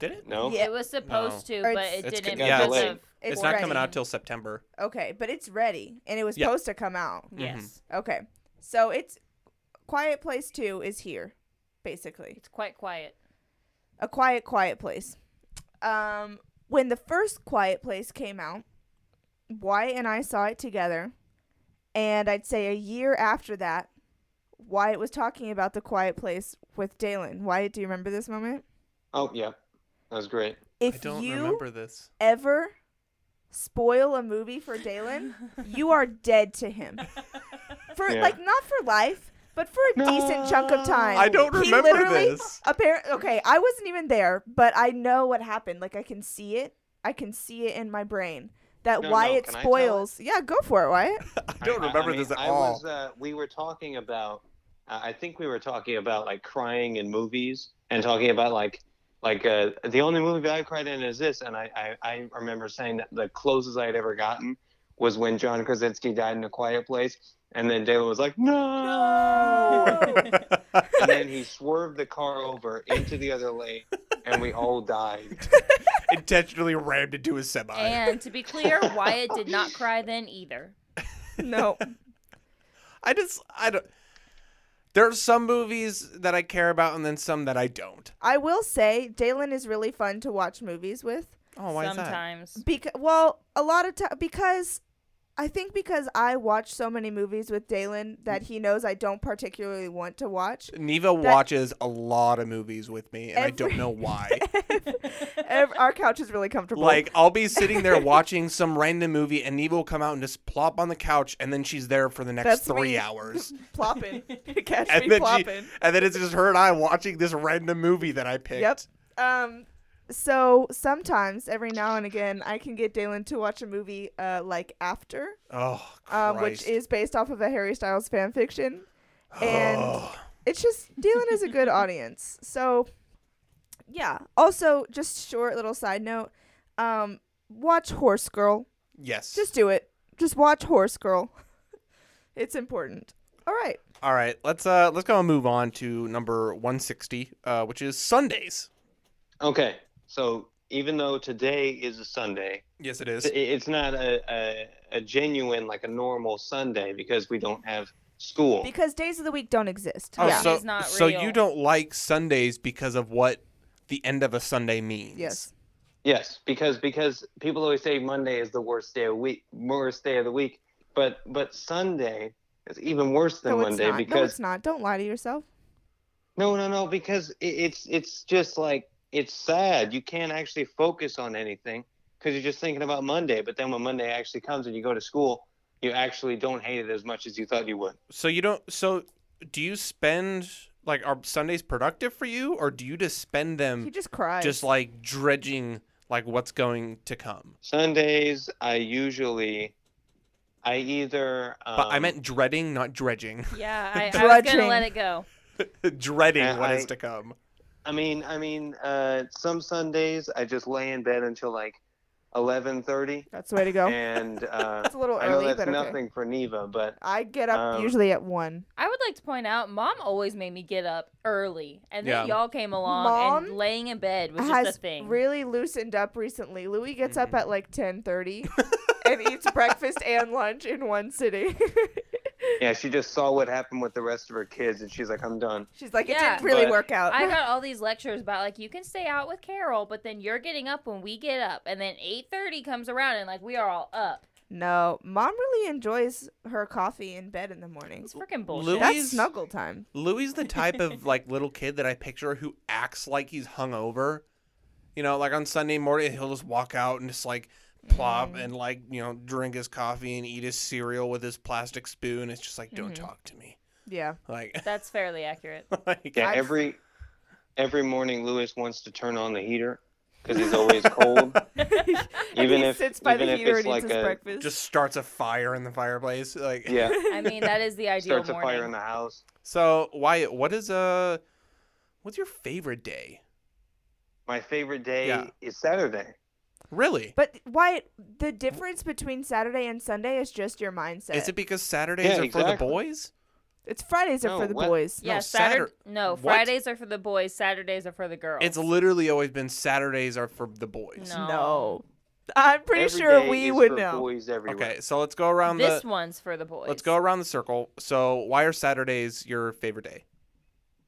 S1: Did it?
S4: No.
S2: Yeah.
S3: It was supposed to, but
S2: It's-
S3: it
S1: It's
S3: didn't
S1: good- yeah,
S3: because
S4: it's-
S3: of
S2: It's,
S1: It's, not
S2: ready.
S1: coming out till September.
S2: Okay, but it's ready, and it was
S1: Yeah.
S2: supposed to come out.
S1: Mm-hmm.
S3: yes.
S2: Okay, so it's Quiet Place Two is here, basically.
S3: It's quite
S4: <laughs>
S3: quiet.
S2: A quiet, quiet place. Um, when the first Quiet Place came out, Wyatt and I saw it together, and I'd say a year after that, Wyatt was talking about the Quiet Place with Dalen. Wyatt, do you remember this moment?
S4: Oh yeah, that was great.
S2: If
S1: I don't
S2: you
S1: remember this.
S2: ever spoil a movie for Dalen, you are dead
S4: <laughs>
S2: to him. For
S4: Yeah.
S2: like not for life, but for a decent chunk of time.
S1: I don't
S2: He
S1: remember
S2: literally- <laughs>
S1: this.
S2: Apparent. Okay, I wasn't even there, but I know what happened. Like I can see it. I can see it in my brain that
S4: No, no,
S2: Wyatt
S4: can I tell it?
S2: spoils. Yeah, go for it, Wyatt.
S4: <laughs>
S2: <laughs>
S1: I don't remember this at
S4: I
S1: all.
S4: Was, uh, we were talking about. Uh, I think we were talking about like crying in movies and talking about like like uh, the only movie I cried in is this, and I, I I remember saying that the closest I had ever gotten was when John Krasinski died in a quiet place, and then Dale was like no, and then he swerved the car over into the other lane, and we all died.
S1: <laughs> Intentionally rammed into his semi.
S3: And to be
S4: <laughs>
S3: clear, Wyatt did not cry then either.
S2: no.
S1: I just I don't. There are some movies that I care about, and then some that I don't.
S2: I will say Dalen is really fun to watch movies with.
S1: Oh, why
S3: Sometimes.
S2: Because well, a lot of time because I think because I watch so many movies with Dalen that he knows I don't particularly want
S1: <laughs>
S2: to watch.
S1: is that? Neva watches a lot of movies with me, and I don't
S2: Every-
S1: know
S2: <laughs>
S1: why.
S2: Ev- Our couch is really comfortable.
S1: like I'll be sitting there watching some random movie, and Neva will come out and just plop on the couch, and then she's there for the next
S2: That's
S1: three
S2: me. <laughs>
S1: hours,
S2: plopping, catch
S1: and
S2: me
S1: then she,
S2: plopping.
S1: and then it's just her and I watching this random movie that I picked.
S2: Yep. Um, so sometimes every now and again I can get Dalen to watch a movie uh, like After,
S1: Oh,
S2: um, which
S1: Christ.
S2: is based off of a Harry Styles fan fiction, and
S1: Ugh.
S2: it's just Dalen is a good audience. So yeah. Also, just short little side note. Um, watch Horse Girl.
S1: Yes.
S2: Just do it. Just watch Horse Girl. <laughs> it's important. All right.
S1: All right. Let's uh let's go and move on to number 160, uh, which is Sundays.
S4: Okay, so even though today is a Sunday,
S1: Yes, it
S4: it's,
S1: is.
S4: it's not a, a a genuine like a normal Sunday because we don't have school.
S2: Because days of the week don't exist.
S1: Oh,
S2: yeah.
S1: so
S3: It's not
S1: so you
S3: real.
S1: don't like Sundays because of what the end of a Sunday means.
S2: yes.
S4: Yes, because because people always say Monday is the worst day of week, worst day of the week, but but Sunday is even worse than
S2: No, it's
S4: Monday
S2: not. no,
S4: because
S2: it's not. Don't lie to yourself.
S4: no, no, no, because it, it's it's just like it's sad. You can't actually focus on anything because you're just thinking about Monday. But then when Monday actually comes and you go to school, you actually don't hate it as much as you thought you would.
S1: So you don't so do you spend like are Sundays productive for you or do you just spend
S2: He
S1: them
S2: Mm. just cries.
S1: just like dredging like what's going to come?
S4: Sundays, I usually, I either. Um,
S1: But I meant dreading, not dredging. <laughs>
S3: Yeah, I, I was gonna
S2: Drudging.
S3: let it go.
S1: dreading
S4: Uh,
S1: what
S4: I-
S1: is to come.
S4: I mean, I mean, uh, some Sundays I just lay in bed until like eleven thirty,
S2: That's the way to go.
S4: and
S2: <laughs>
S4: uh,
S2: It's a little
S4: I know
S2: early,
S4: that's
S2: but okay.
S4: nothing for Neva, but
S2: I get up
S4: Um,
S2: usually at one.
S3: I would like to point out, mom always made me get up early, and
S1: Yeah.
S3: then y'all came along,
S2: Mom
S3: and laying in bed was just a
S2: Has
S3: thing.
S2: really loosened up recently. Louis gets
S4: Mm-hmm.
S1: Mhm.
S2: up at like
S4: <laughs>
S2: ten thirty and eats breakfast and lunch in one sitting. <laughs>
S4: yeah, she just saw what happened with the rest of her kids, and she's like, "I'm done."
S2: She's like, it
S3: Yeah.
S2: didn't really
S4: But
S2: work out.
S3: I got all these lectures about like you can stay out with Carol, but then you're getting up when we get up, and then eight thirty comes around, and like we are all up.
S2: no, mom really enjoys her coffee in bed in the morning.
S3: It's freaking
S1: Lou-
S3: bullshit.
S2: That's
S1: Louis-
S2: snuggle time.
S1: Louis the type of
S4: <laughs>
S1: like little kid that I picture who acts like he's hungover. You know, like on Sunday morning he'll just walk out and just like plop and like, you know, drink his coffee and eat his cereal with his plastic spoon. It's just like, don't
S3: Mhm.
S1: talk to me.
S3: <laughs>
S2: Yeah.
S1: Like, <laughs>
S3: That's fairly accurate.
S1: like
S4: Yeah,
S2: I've-
S4: every every morning Lewis wants to turn on the heater because he's always
S2: <laughs>
S4: cold,
S2: and
S4: even
S2: he
S4: if
S2: sits by
S4: even
S2: the
S4: if
S2: heater
S4: it's
S2: and
S4: like
S2: eats his
S4: a
S2: breakfast. <laughs>
S1: just starts a fire in the fireplace. Like
S4: yeah,
S3: I mean, that
S1: <laughs>
S3: is the ideal
S4: starts a
S3: morning.
S4: fire in the house.
S1: So Wyatt, what is uh what's your favorite day?
S4: My favorite day
S1: Yeah.
S4: is Saturday.
S1: Really?
S2: But why the difference between Saturday and Sunday is just your mindset.
S1: Is it because Saturdays
S4: Yeah,
S1: are for the
S4: exactly.
S1: boys?
S2: it's Fridays are
S4: No,
S2: for the
S4: what-
S2: boys.
S1: No,
S3: yeah,
S1: Satur-
S3: Saturday. No,
S1: What?
S3: Fridays are for the boys. Saturdays are for the girls.
S1: It's literally always been Saturdays are for the boys.
S3: No.
S2: I'm pretty
S4: Every
S2: sure
S4: day
S2: we
S4: is
S2: would
S4: for
S2: know.
S4: Boys everywhere.
S1: Okay, so let's go around
S3: this
S1: the
S3: one's for the boys.
S1: let's go around the circle. So why are Saturdays your favorite day?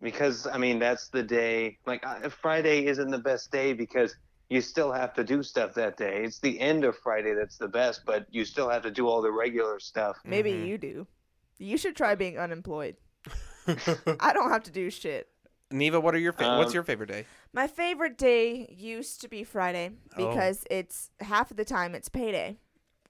S4: because I mean that's the day. Like I- Friday isn't the best day because you still have to do stuff that day. It's the end of Friday that's the best, but you still have to do all the regular stuff.
S2: Maybe
S1: Mhm.
S2: you do. You should try
S1: <laughs>
S2: being unemployed. I don't have to do shit.
S1: Neva, what are your fa- what's
S4: Um,
S1: your favorite day?
S2: My favorite day used to be Friday
S1: Oh.
S2: because it's half of the time it's payday.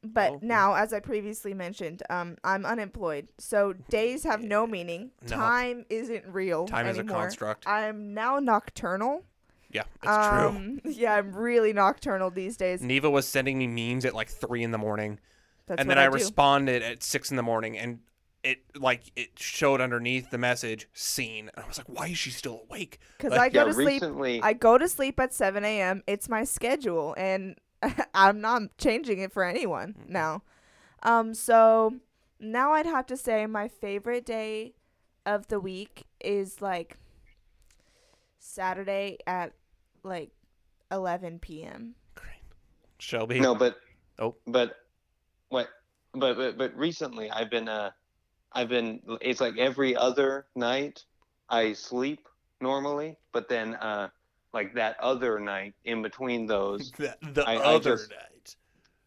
S2: But
S1: Oh.
S2: now, as I previously mentioned, um, I'm unemployed, so days have no meaning.
S1: Eh, No.
S2: Time isn't real
S1: Time is a
S2: anymore.
S1: construct.
S2: I'm now nocturnal.
S1: yeah, that's
S2: um, <laughs> true. Yeah, I'm really nocturnal these days.
S1: true. Neva was sending me memes at like three in the morning,
S2: That's
S1: and
S2: what
S1: then I,
S2: do.
S1: responded at six in the morning, and it like it showed underneath the message "seen," and I was like, "Why is she still awake?"
S2: Because
S1: <laughs> Like,
S2: I go
S4: yeah,
S2: to sleep.
S4: recently.
S2: I go to sleep at 7 a.m. It's my schedule, and <laughs> I'm not changing it for anyone now. Um, so now I'd have to say my favorite day of the week is like Saturday at like 11 p.m.
S1: Great. Shelby.
S4: no, but
S1: Oh.
S4: but what? But but but recently I've been uh, I've been. It's like every other night I sleep normally, but then uh, like that other night in between those,
S1: the, the
S4: I- I
S1: other
S4: just-
S1: night.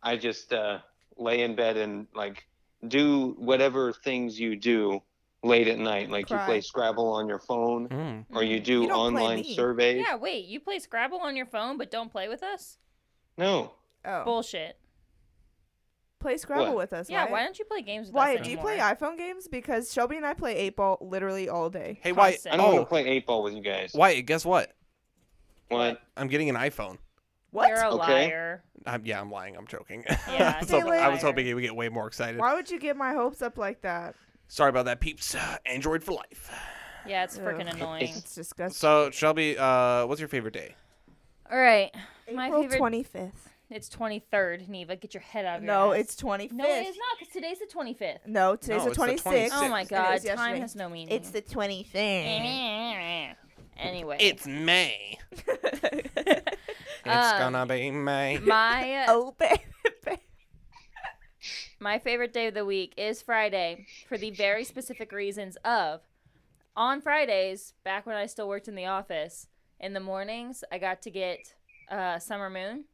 S4: I just uh, lay in bed and like do whatever things you do late at night. Like
S2: Cry.
S4: you play Scrabble on your phone,
S1: Mm.
S4: or you do
S2: You don't play
S4: online
S2: me.
S4: surveys.
S3: Yeah, wait. You play Scrabble on your phone, but don't play with us?
S4: No,
S2: Oh,
S3: Bullshit.
S2: play Scrabble
S4: What?
S2: with us.
S3: Yeah,
S2: Wyatt.
S3: why don't you play games with
S2: Wyatt,
S3: us
S2: do you
S3: anymore?
S2: play iPhone games? Because Shelby and I play eight ball literally all day.
S1: Hey, Wyatt.
S3: Constant.
S4: I don't want
S1: Oh,
S4: to play eight ball with you guys.
S1: Wyatt. Guess what?
S4: What?
S1: I'm getting an iPhone.
S2: What?
S3: You're a
S4: Okay.
S3: liar.
S1: I'm, yeah, I'm lying. I'm joking. <laughs>
S3: Yeah,
S1: I, was
S2: you're a
S1: hoping, I was
S3: liar.
S1: hoping it would get way more excited.
S2: Why would you get my hopes up like that?
S1: <sighs> Sorry about that, peeps. Android for life.
S3: Yeah, it's freaking <laughs>
S2: Ugh.
S3: annoying.
S2: It's disgusting.
S1: So Shelby, uh, what's your favorite day?
S3: All right. My
S2: April
S3: favorite-
S2: 25th.
S3: It's 23rd, Neva. Get your head out of your
S2: No,
S3: ass.
S2: it's 25th.
S3: No, it is not, because today's the 25th.
S2: No, today's
S1: No,
S2: the
S1: it's the
S2: 26th.
S1: 26th.
S3: Oh my
S2: and it was
S3: god, time
S2: yesterday.
S3: has no meaning. Eh.
S2: It's
S3: <laughs>
S2: the <laughs> 23rd.
S3: Anyway.
S2: <laughs>
S1: May.
S2: Uh,
S1: It's
S3: Um,
S1: gonna be May. <laughs>
S3: my
S2: oh, baby.
S3: my favorite day of the week is Friday for the very specific reasons of on Fridays, back when I still worked in the office, in the mornings I got to get uh, Summer Moon,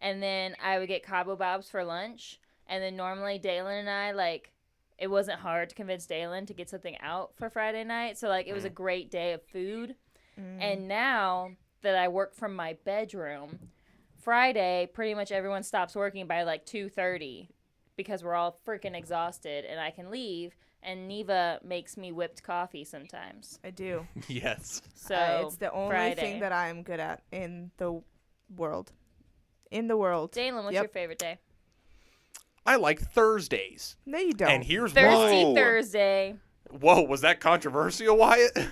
S3: and then I would get Cabo Bobs for lunch, and then normally Dalen and I like it wasn't hard to convince Dalen to get something out for Friday night, so like it was a great day of food. And now that I work from my bedroom, Friday pretty much everyone stops working by like 2:30 because we're all freaking exhausted and I can leave and Neva makes me whipped coffee sometimes.
S2: I do.
S1: yes.
S3: So
S2: <laughs> Uh, it's the only
S3: Friday.
S2: thing that I'm good at in the world. In the world.
S3: Dalen, what's
S2: Yep.
S3: your favorite day?
S1: I like Thursdays.
S2: No, you don't.
S1: And here's
S3: Thirsty
S1: why.
S4: Whoa.
S3: Thursday.
S1: Whoa, was that controversial, Wyatt? <laughs>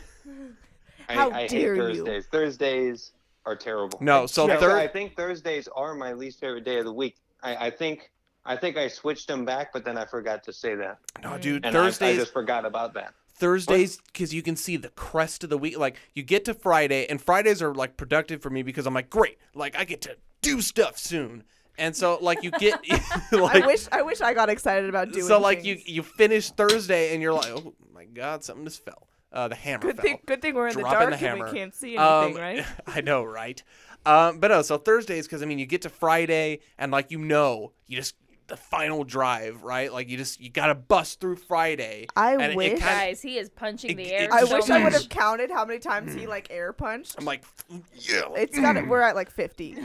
S4: I,
S2: How
S4: I
S2: dare
S4: hate
S2: you.
S4: Thursdays. Thursdays are terrible.
S1: No, so
S4: Actually, I
S1: Thurs
S4: think Thursdays are my least favorite day of the week. I, I think I think I switched them back, but then I forgot to say that,
S1: no, dude,
S4: and I- I,
S1: Thursdays,
S4: just forgot about that.
S1: Thursdays, because you can see the crest of the week. Like you get to Friday, and Fridays are like productive for me because I'm like, great, like I get to do stuff soon. And so, like you get, <laughs> like
S2: <laughs> I wish I wish I got excited about doing
S1: so, like you
S2: things.
S1: you finish Thursday, and you're like, oh my god, something just fell. Uh, the hammer
S2: Good
S1: fell.
S2: thing, good thing we're in the
S1: Dropping
S2: dark
S1: the
S2: and we
S1: hammer.
S2: can't see
S1: Um, <laughs>
S2: anything, right?
S1: I know, right? Um, but no, so Thursdays because I mean you get to Friday and like you know you just the final drive, right? Like you just you gotta bust through Friday.
S2: I
S1: and it- it
S2: wish-
S1: kinda-
S3: Guys, he is punching the
S1: It-
S3: air.
S1: it-
S2: I
S3: so
S2: wish I
S3: much.
S2: would have counted how many times he like air punched.
S1: Mm. I'm
S3: <laughs>
S1: like, mm. yeah,
S2: It's got it. We're at like 50.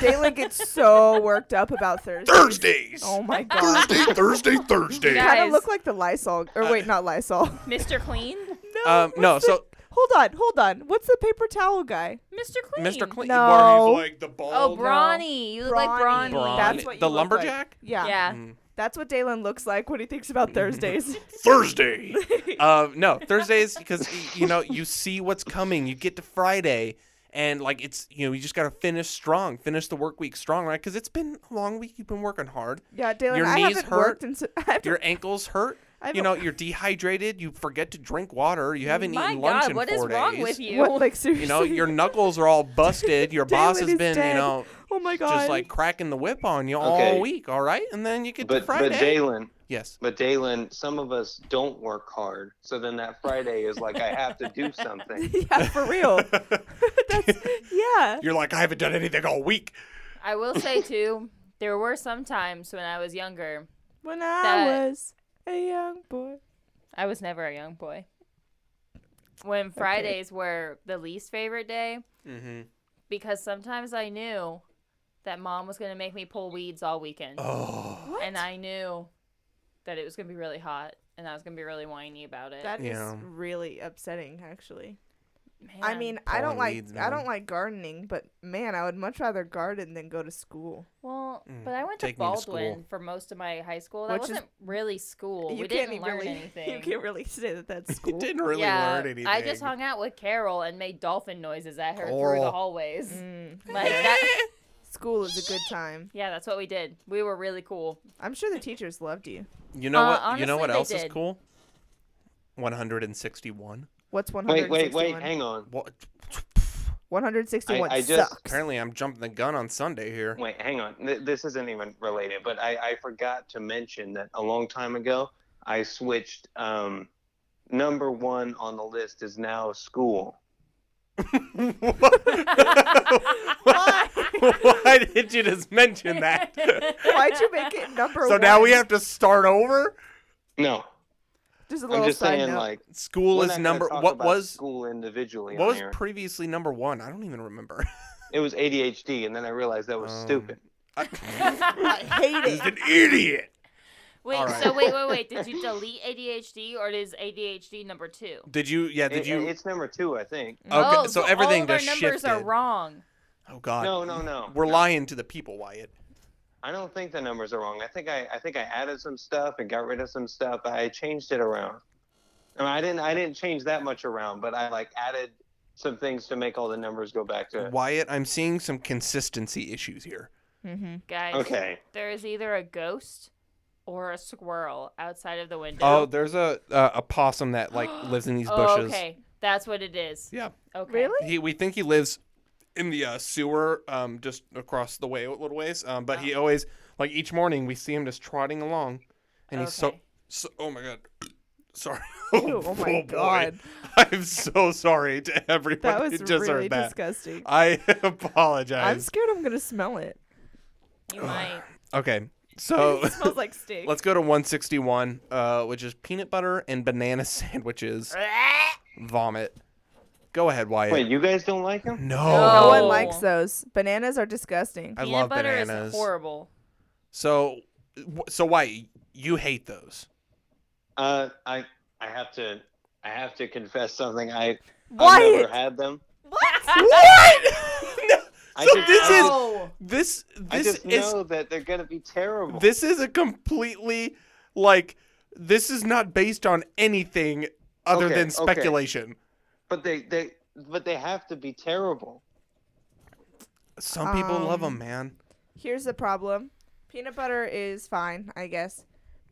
S2: Dalen gets so worked up about Thursday.
S1: Thursdays.
S2: Oh my god.
S1: Thursday, Thursday.
S3: Yeah.
S2: Kind
S3: Guys.
S2: of look like the Lysol, or wait, not Lysol. <laughs>
S3: Mr. Clean.
S2: no,
S1: Uh, Um, no,
S2: what's
S1: so
S2: the- hold on, hold on. What's the paper towel guy?
S3: Mr. Clean.
S1: Mr. Clean,
S2: No.
S1: where he's like the bald.
S3: Oh, Brawny. You look like Brawny.
S2: Brawny.
S1: Brawny.
S2: That's what you
S1: the
S2: look
S1: lumberjack.
S2: Like. Yeah.
S3: Yeah.
S1: Mm.
S2: that's what Dalen looks like when he thinks about
S1: <laughs>
S2: Thursdays.
S3: <laughs>
S1: Thursday. um, no, Thursdays because you know you see what's coming. You get to Friday, and like it's you know you just gotta finish strong, finish the work week strong, right? Because it's been a long week. You've been working hard.
S2: yeah, Dalen,
S1: Your
S2: I
S1: knees
S2: haven't
S1: hurt.
S2: worked in. So, <laughs> I haven't-
S1: Your ankles hurt.
S2: I
S1: You know you're dehydrated. You forget to drink water. You haven't
S3: My
S1: eaten lunch
S3: God,
S1: in
S3: what is
S1: four
S3: wrong
S1: days.
S3: with <laughs> you?
S2: what, like seriously?
S1: You know
S2: <laughs>
S1: your knuckles are all busted.
S3: <laughs>
S1: Your boss
S2: Dalen
S1: has
S2: is
S1: been
S2: dead.
S1: you know
S2: Oh my god.
S1: just like cracking the whip on you
S4: Okay.
S1: all week. All right, and then you get to
S4: But
S1: Friday.
S4: but Dalen,
S1: <laughs> yes.
S4: but Dalen, some of us don't work hard, so then that Friday is like I have to do something.
S2: <laughs> yeah, for
S1: <laughs>
S2: real. that's yeah.
S1: You're like I haven't done anything all week.
S3: I will say, too, there were some times when I was younger.
S2: When I
S3: That-
S2: was a young boy.
S3: I was never a young boy. When Fridays were the least favorite day,
S1: Mm-hmm.
S3: because sometimes I knew that mom was going to make me pull weeds all weekend.
S1: Oh.
S2: What?
S3: And I knew that it was going to be really hot and I was going to be really whiny about it.
S2: That is
S1: Yeah.
S2: really upsetting, actually. I
S3: Man.
S2: mean, I don't
S1: Pulling
S2: like
S1: weeds,
S2: I
S1: man.
S2: don't like gardening, but man, I would much rather garden than go to school.
S3: Well,
S1: Mm,
S3: but I went to
S1: take me to school.
S3: Baldwin for most of my high school. That
S2: Which is-
S3: wasn't really school. we didn't
S2: even
S3: learn
S2: really,
S3: anything.
S2: <laughs> You can't really say that
S1: <laughs>
S2: that's
S1: You
S2: school.
S1: didn't really
S3: yeah,
S1: learn anything.
S3: I just hung out with Carol and made dolphin noises at her through the
S1: Coral.
S3: hallways.
S2: Mm.
S3: <laughs> Like that,
S2: School is a good time.
S3: yeah, that's what we did. We were really cool.
S2: I'm sure the teachers loved you.
S1: You know
S3: Uh,
S1: what? you
S3: honestly,
S1: know what
S3: they
S1: else is
S3: did.
S1: cool? One hundred and sixty-one.
S2: What's
S4: Wait
S2: 161?
S4: wait wait, hang on.
S1: What?
S2: 161
S4: I- I just-
S2: sucks.
S1: Apparently, I'm jumping the gun on Sunday
S4: <laughs>
S1: here. <laughs>
S4: Wait, hang on. Th- This isn't even related, but I, I forgot to mention that a long time ago, I switched. Um, number one on the list is now school.
S1: Why? Why did you just mention
S3: <laughs>
S1: that?
S2: <laughs> Why'd you make it number
S1: so
S2: one?
S1: now we have to start over.
S4: No,
S2: Just a little
S4: I'm just
S2: side
S4: saying,
S2: note.
S4: like,
S1: School
S4: we're
S1: is
S4: not gonna
S1: number.
S4: talk
S1: What
S4: about
S1: was?
S4: school individually?
S1: What
S4: on
S1: was
S4: here.
S1: previously number one? I don't even <laughs> remember.
S4: it was ADHD, and then I realized that was
S1: Um,
S4: stupid.
S3: <laughs>
S2: I hate
S1: He's an
S2: it.
S1: idiot.
S3: Wait,
S1: All right.
S3: so wait, wait, <laughs> wait. Did you delete ADHD or is ADHD number two?
S1: Did you? Yeah. Did
S4: It-
S1: you?
S4: It's number two, I think.
S1: okay.
S3: oh,
S1: so
S3: all
S1: everything
S3: of our
S1: just
S3: numbers
S1: shifted.
S3: are wrong.
S1: Oh God.
S4: No, no, no.
S1: We're lying to the people, Wyatt.
S4: I don't think the numbers are wrong. I think I, I think I added some stuff and got rid of some stuff. I changed it around. I, mean, I didn't I didn't change that much around, but I like added some things to make all the numbers go back to
S1: Wyatt, I'm seeing some consistency issues here.
S2: Mm-hmm.
S3: Guys,
S4: okay.
S3: there is either a ghost or a squirrel outside of the window.
S1: Oh, there's a uh, a possum that
S3: <gasps>
S1: like lives in these bushes.
S3: Oh, okay. That's what it is.
S1: Yeah.
S3: Okay.
S2: Really?
S1: He we think he lives in the uh, sewer um just across the way a little ways. Um but
S3: Oh.
S1: he always like each morning we see him just trotting along and he's so
S3: Okay.
S1: so oh my god. <coughs> Sorry. <laughs>
S2: Ew, oh my
S1: boy.
S2: God.
S1: I'm so sorry to everyone
S2: That was
S1: who just
S2: really
S1: heard that.
S2: disgusting.
S1: I <laughs>
S2: I'm
S1: apologize.
S2: scared I'm gonna smell it.
S1: <sighs>
S3: You <sighs> might.
S1: Okay. <laughs> So
S2: <laughs> it smells like
S1: <laughs>
S2: steak.
S1: let's go to 161, uh, which is peanut butter and banana <laughs> sandwiches. Vomit. Go ahead, Wyatt.
S4: Wait, you guys don't like them?
S1: No.
S2: no
S3: Oh.
S2: one likes those. Bananas are disgusting.
S1: I
S3: Peanut
S1: love
S3: butter
S1: bananas.
S3: is horrible.
S1: So, wh- so Wyatt, you hate <laughs> those.
S4: Uh, I I have to I have to confess something. I I've
S2: Wyatt!
S4: never had them.
S3: <laughs>
S2: <laughs>
S1: What?
S4: I
S1: So
S4: just,
S1: this
S4: I
S1: is-
S4: just-
S1: this
S4: I
S1: this
S4: just
S1: is
S4: know that they're gonna be terrible.
S1: this is a completely like this is not based on anything other
S4: Okay,
S1: than
S4: okay.
S1: speculation.
S4: but they they but they have to be terrible.
S1: Some people love
S2: Um,
S1: them, man.
S2: Here's the problem. Peanut butter is fine, I guess.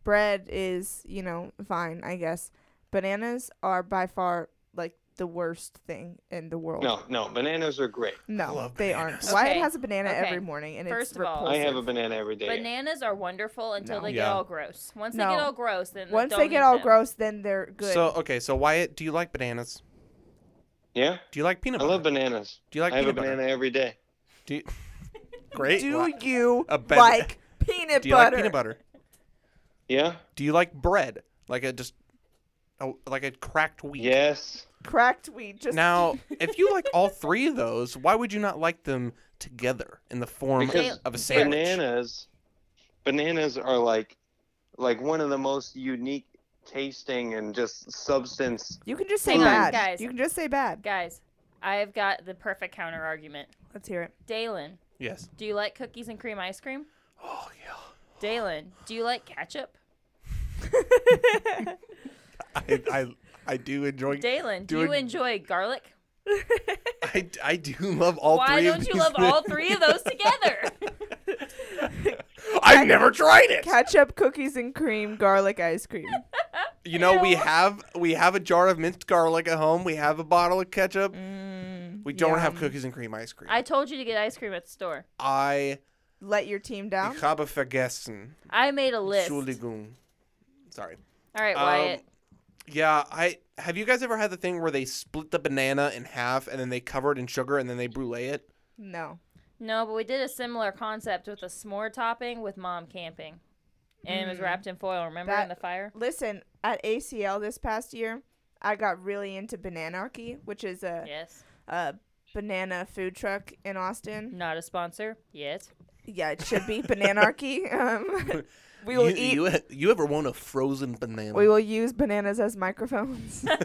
S2: Bread is, you know, fine, I guess. Bananas are by far like the worst thing in the world.
S4: No, no, bananas are great.
S1: I
S2: No,
S1: love
S2: they aren't.
S1: bananas.
S2: Wyatt
S3: Okay,
S2: has a banana
S3: okay.
S2: every morning and
S3: First
S2: it's
S3: of all-
S2: repulsive.
S4: I have a banana every day.
S3: Bananas are wonderful until
S2: No.
S3: they get
S1: Yeah.
S3: all gross. Once they
S2: No.
S3: get all gross, then
S2: Once
S3: don't
S2: they get
S3: eat
S2: all
S3: them.
S2: gross, then they're good.
S1: So okay, so Wyatt, do you like bananas?
S4: yeah,
S1: Do you like peanut
S4: I
S1: butter?
S4: love bananas.
S1: Do you like
S4: I have a
S1: peanut butter?
S4: banana every day.
S1: Do
S2: <laughs>
S1: you... Great.
S2: Do
S1: Why-
S2: you
S1: A ban-
S2: like peanut
S1: do you like
S2: butter?
S1: peanut butter?
S4: Yeah.
S1: Do you like bread? Like a just a, like a cracked wheat.
S4: Yes.
S2: Cracked wheat.
S3: <laughs>
S2: Just
S1: Now, if you like all three of those, why would you not like them together in the form
S4: Because
S1: of a sandwich?
S4: Bananas. Bananas are like like one of the most unique tasting and just substance.
S2: you can just say
S3: Hang on,
S2: bad.
S3: guys.
S2: You can just say bad.
S3: Guys, I've got the perfect counter argument.
S2: Let's hear it.
S3: Dalen,
S1: Yes.
S3: do you like cookies and cream ice cream?
S1: Oh yeah.
S3: Dalen, do you like ketchup?
S1: I I, I do enjoy.
S3: Dalen, do
S1: Do
S3: you
S1: it-
S3: enjoy garlic?
S1: I, I do love all
S3: Why
S1: three.
S3: don't
S1: of
S3: you
S1: these
S3: love all three
S1: <laughs>
S3: of those together?
S1: I've never tried it.
S2: Ketchup, cookies, and cream, garlic
S1: <laughs>
S2: ice cream.
S1: You know we
S3: Ew.
S1: have we have a jar of minced garlic at home. We have a bottle of ketchup. we don't have
S2: yum.
S1: cookies and cream ice cream.
S3: Mm, I told you to get ice cream at the store.
S1: I
S2: Let your team down.
S1: ich habe vergessen.
S3: I made a list. All
S1: Entschuldigung. Sorry.
S3: right,
S1: Um,
S3: Wyatt.
S1: Yeah, I have you guys ever had the thing where they split the banana in half and then they cover it in sugar and then they brulee it?
S2: No.
S3: No, but we did a similar concept with a s'more topping with mom camping. And it was wrapped in foil, remember, in
S2: That-
S3: the fire?
S2: Listen, at ACL this past year, I got really into Bananarchy, which is a,
S3: Yes.
S2: a banana food truck in Austin.
S3: Not a sponsor
S1: <laughs>
S3: yet.
S2: Yeah, it should be Bananarchy. Um, <laughs> we will
S1: you,
S2: eat.
S1: you, you ever want a frozen banana?
S2: we will use bananas as microphones. <laughs> Send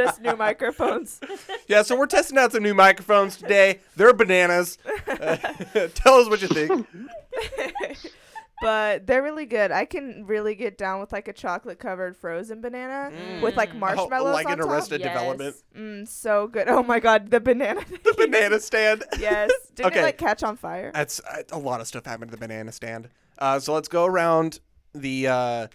S2: us new microphones. <laughs>
S1: Yeah, so we're testing out some new microphones today. They're
S2: <laughs>
S1: bananas. <laughs> Uh, tell us what you think.
S2: but they're really good. I can really get down with like a chocolate covered frozen banana with like marshmallows
S1: Oh, like
S2: on
S1: an
S2: top.
S1: Arrested
S3: Yes.
S1: Development.
S2: Mm, so good. Oh my god, the banana.
S1: The banana stand.
S2: <laughs>
S1: <laughs>
S2: yes. Didn't
S1: Okay.
S2: it like catch on fire?
S1: That's uh, a lot of stuff happened to the banana stand. Uh, so let's go around the uh,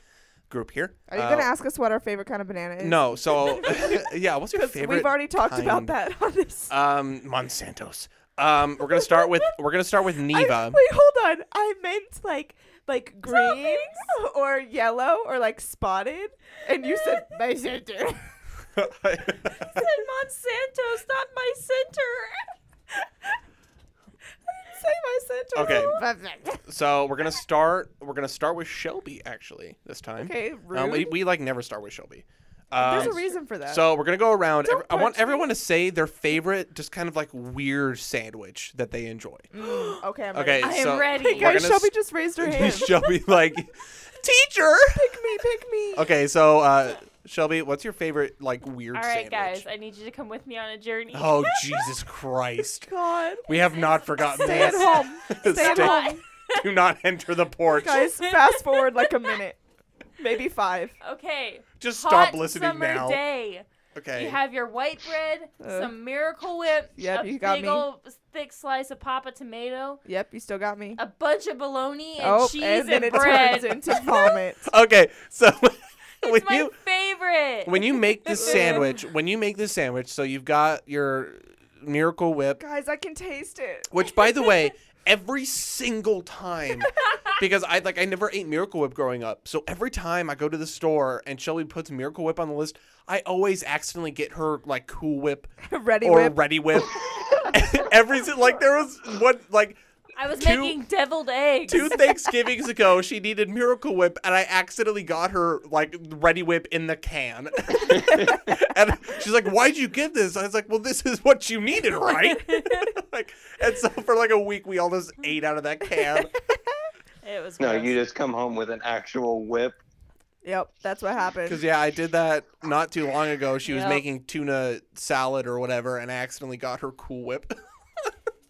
S1: group here.
S2: Are you
S1: Uh,
S2: gonna ask us what our favorite kind of banana is?
S1: No.
S2: <laughs>
S1: So <laughs> yeah, what's your
S2: 'Cause
S1: favorite?
S2: We've already talked about
S1: kind?
S2: that on this.
S1: Um, Monsanto's. Um, we're gonna start with we're gonna start with
S2: <laughs> I-
S1: Neva.
S2: wait, hold on. I meant like like green or yellow or like spotted, and you said
S3: <laughs>
S2: Monsanto.
S3: said Monsanto's not my center.
S2: <laughs> Say Monsanto.
S1: Okay.
S2: Perfect.
S1: <laughs> so we're gonna start we're gonna start with Shelby actually this time.
S2: Okay,
S1: Um, we,
S2: rude.
S1: we like never start with Shelby.
S2: There's
S1: Um,
S2: a reason for that.
S1: so we're gonna go around.
S2: Don't
S1: Every- I want
S2: punch me.
S1: everyone to say their favorite, just kind of like weird sandwich that they
S2: <laughs>
S1: enjoy.
S2: <gasps>
S1: <laughs>
S2: okay, I'm
S1: Okay,
S2: ready.
S3: I am
S1: so
S3: ready.
S2: Hey
S3: We're
S2: guys,
S1: gonna
S2: Shelby
S1: s-
S2: just
S1: <laughs>
S2: raised her hand.
S1: Shelby like teacher.
S2: pick me, pick me.
S1: <laughs> Okay, so uh, Shelby, what's your favorite like weird
S3: All right,
S1: sandwich?
S3: guys, I need you to come with me on a journey.
S1: Oh
S3: <laughs>
S1: Jesus Christ!
S2: God.
S1: <laughs> We have not forgotten
S2: Stay at
S1: this. <laughs>
S2: home. Stay at home.
S1: Do not enter the porch.
S2: Guys, fast forward like a minute. Maybe five.
S3: Okay.
S1: Just
S3: Hot
S1: stop listening
S3: summer
S1: now.
S3: day.
S1: Okay.
S3: You have your white bread,
S2: Uh,
S3: some Miracle Whip,
S2: yep,
S3: a
S2: you got
S3: big
S2: me.
S3: old thick slice of Papa tomato,
S2: Yep, you still got me.
S3: a bunch of bologna and
S2: oh,
S3: cheese
S2: and
S3: and,
S2: then it
S3: bread. <laughs>
S2: turns into vomit.
S1: okay. So <laughs>
S3: it's
S1: when
S3: my
S1: you
S3: favorite.
S1: when you make this sandwich, when you make this sandwich, so you've got your Miracle
S2: <laughs>
S1: Whip,
S2: Guys, I can taste it.
S1: which by the way, every single time because I like I never ate Miracle Whip growing up. So every time I go to the store and Shelby puts Miracle Whip on the list, I always accidentally get her like Cool Whip <laughs>
S2: Ready
S1: or
S2: whip.
S1: Ready Whip. <laughs> every si- like there was one like
S3: I was
S1: two-
S3: making deviled eggs.
S1: two Thanksgivings ago, she needed Miracle Whip, and I accidentally got her like Ready Whip in the can. and she's like, "Why'd you get this?" I was like, "Well, this is what you needed, right?" like, and so for like a week, we all just ate out of that can.
S3: It was
S4: No,
S3: gross.
S4: you just come home with an actual whip.
S2: Yep, that's what
S1: Because
S2: happened.
S1: yeah, I did that not too long ago. She was
S3: Yep.
S1: making tuna salad or whatever, and I accidentally got her Cool Whip. <laughs>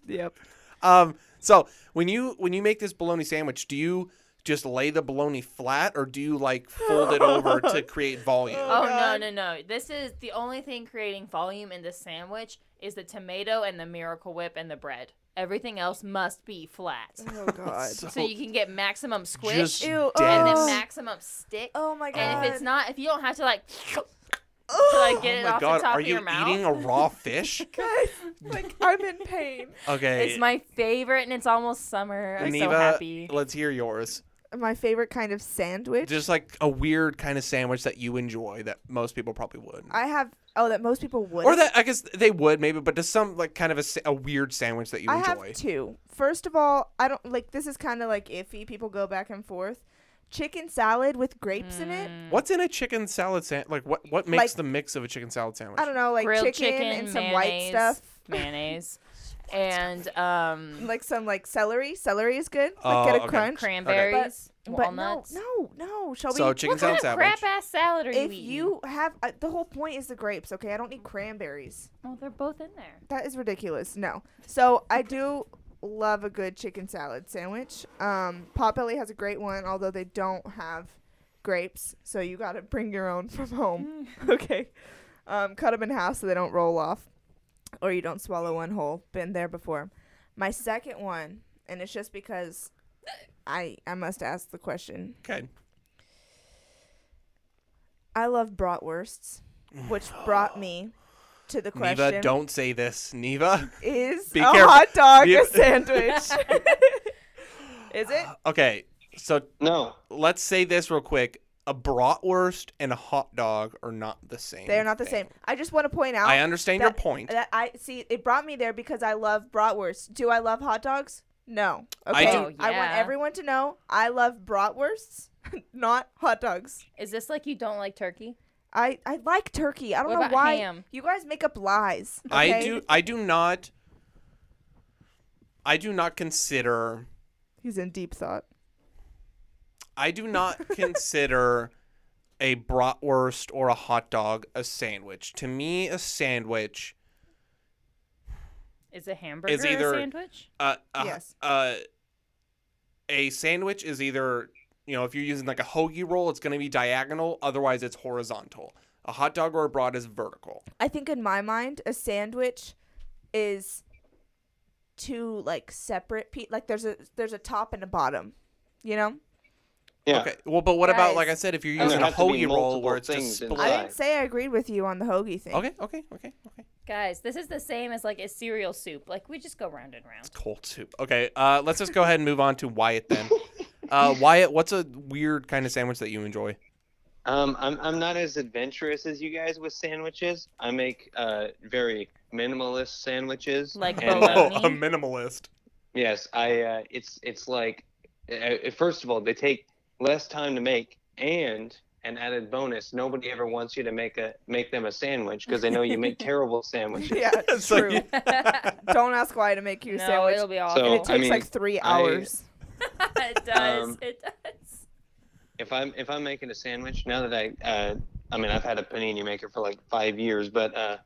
S2: Yep.
S1: um, so when you when you make this bologna sandwich, do you just lay the bologna flat, or do you like fold it over to create volume?
S3: Oh,
S2: God.
S3: no no no! This is the only thing creating volume in this sandwich is the tomato and the Miracle Whip and the bread. Everything else must be flat,
S2: Oh god.
S3: so you can get maximum squish
S1: Just
S2: Ew,
S3: and
S1: dense.
S3: then
S2: oh.
S3: maximum stick.
S2: Oh my god.
S3: and if it's not, if you don't have to like to
S2: Ugh,
S3: like get it
S1: <gasps> oh my
S3: off
S1: god,
S3: the top
S1: are
S3: of
S1: you
S3: your mouth,
S1: eating a raw
S2: <laughs>
S1: fish? <laughs>
S2: guys, like I'm in pain.
S1: Okay.
S3: it's my favorite, and it's almost summer. I'm so
S1: Neva,
S3: happy.
S1: let's hear yours.
S2: My favorite kind of sandwich.
S1: Just like a weird kind of sandwich that you enjoy that most people probably would.
S2: I have oh that most people would.
S1: or that I guess they would maybe, but just some like kind of a, sa- a weird sandwich that you
S2: I
S1: enjoy.
S2: have two. First of all, I don't like this is kind of like iffy. People go back and forth. Chicken salad with grapes in
S3: Mm.
S2: it.
S1: What's in a chicken salad sandwich? Like what what makes
S2: Like-
S1: the mix of a chicken salad sandwich?
S2: I don't know, like
S3: Grilled
S2: chicken, and some white
S3: mayonnaise-
S2: stuff. <laughs>
S3: mayonnaise, and um,
S2: Like some like celery. Celery is good. Like
S1: Oh,
S2: get a
S1: okay.
S2: crunch.
S3: cranberries,
S2: But no,
S3: walnuts.
S2: no, no, Shelby.
S1: So chicken
S3: What kind
S1: salad
S3: of
S1: sandwich.
S3: crap ass salad are you
S2: if
S3: eating?
S2: you have uh, the whole point is the grapes, okay? I don't need cranberries.
S3: well, they're both in there.
S2: That is ridiculous. No. So I do love a good chicken salad sandwich. Um, Potbelly has a great one, although they don't have grapes, so you got to bring your own from home. <laughs> okay. Um, cut them in half so they don't roll off, or you don't swallow one whole. Been there before. My second one, and it's just because I I must ask the question.
S1: Okay.
S2: I love bratwursts,
S1: <gasps>
S2: which brought me to the question:
S1: Neva, don't say this. Neva. <laughs>
S2: Is
S1: be
S2: a
S1: careful.
S2: hot dog
S1: Be- <laughs>
S2: a sandwich? Is
S1: Ah,
S2: it?
S1: Okay. So
S4: No,
S1: let's say this real quick. A bratwurst and a hot dog are not the same.
S2: They're not the
S1: thing.
S2: same. I just want to point out
S1: I understand your
S2: that-
S1: point.
S2: that I see it brought me there because I love bratwurst. Do I love hot dogs? No.
S1: I
S2: Okay.
S1: do.
S3: Oh,
S2: I want
S3: yeah.
S2: everyone to know I love bratwursts, <laughs> not hot dogs.
S3: Is this like you don't like turkey?
S2: I, I like turkey. I don't
S3: What
S2: know
S3: about
S2: why
S3: ham?
S2: you guys make up lies.
S1: I
S2: okay?
S1: do. I do not. I do not consider.
S2: He's in deep thought.
S1: I do
S2: <laughs>
S1: not consider a bratwurst or a hot dog a sandwich. To me, a sandwich,
S3: Is a hamburger
S1: either-
S3: a sandwich?
S1: uh, a,
S2: Yes.
S1: uh, a sandwich is either you know if you're using like a hoagie roll, it's going to be diagonal. Otherwise, it's horizontal. A hot dog or a brat is vertical.
S2: I think in my mind, a sandwich is two like separate pe- like there's a there's a top and a bottom, you know.
S4: yeah.
S1: Okay. Well, but what about like I
S2: Guys.
S1: said, if you're
S4: And
S1: using
S4: there
S1: a
S4: have to be
S1: hoagie roll
S4: multiple
S1: where it's just
S4: things
S1: split?
S2: I
S4: inside.
S2: didn't say I agreed with you on the hoagie thing.
S4: <laughs>
S1: Okay. Okay. Okay. Okay.
S3: Guys, this is the same as like a cereal soup. Like we just go round
S1: <laughs>
S3: and round. <laughs>
S1: Cold soup. Okay, uh, let's just go ahead and move on to Wyatt then. Uh, Wyatt, what's a weird kind of sandwich that you enjoy?
S4: Um, I'm I'm not as adventurous as you guys with sandwiches. I make uh very minimalist sandwiches.
S3: Like
S4: And,
S3: bologna.
S4: uh,
S1: Oh, a minimalist.
S4: yes, I uh, it's it's like uh, first of all they take less time to make and an added bonus nobody ever wants you to make a make them a sandwich because they know you make terrible sandwiches.
S2: <laughs> Yeah, true.
S1: So you-
S2: Don't ask why to make you a
S3: no,
S2: sandwich.
S3: it'll be
S2: and
S4: So,
S2: it
S3: awful.
S2: takes
S4: I mean,
S2: like three
S4: I-
S2: hours.
S1: <laughs>
S3: it does.
S4: Um,
S3: it does.
S4: If I'm if I'm making a sandwich now that I uh, I mean I've had a panini maker for like five years, but uh,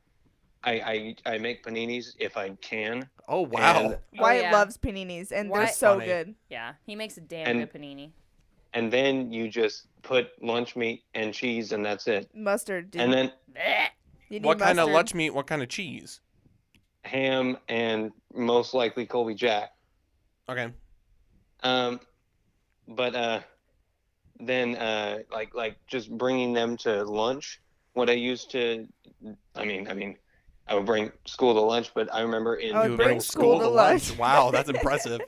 S4: I, I I make paninis if I can.
S1: Oh wow!
S4: And-
S2: Wyatt
S3: yeah.
S2: loves paninis, and
S3: Why-
S2: they're so
S1: Funny.
S2: good.
S3: Yeah, he makes a damn
S4: And-
S3: good panini.
S4: and then you just put lunch meat and cheese, and that's it.
S2: Mustard, dude.
S4: And then
S3: Blech.
S2: you need
S1: What kind of
S2: mustard.
S1: lunch meat? What kind of cheese?
S4: ham and most likely Colby Jack.
S1: Okay.
S4: Um, but uh, then uh, like like just bringing them to lunch. What I used to, I mean, I mean, I would bring school to lunch, but I remember in
S2: Oh,
S1: You
S2: would
S1: would
S2: bring
S1: bring school
S2: school to
S1: to lunch.
S2: lunch.
S1: Wow, that's
S2: <laughs>
S1: impressive.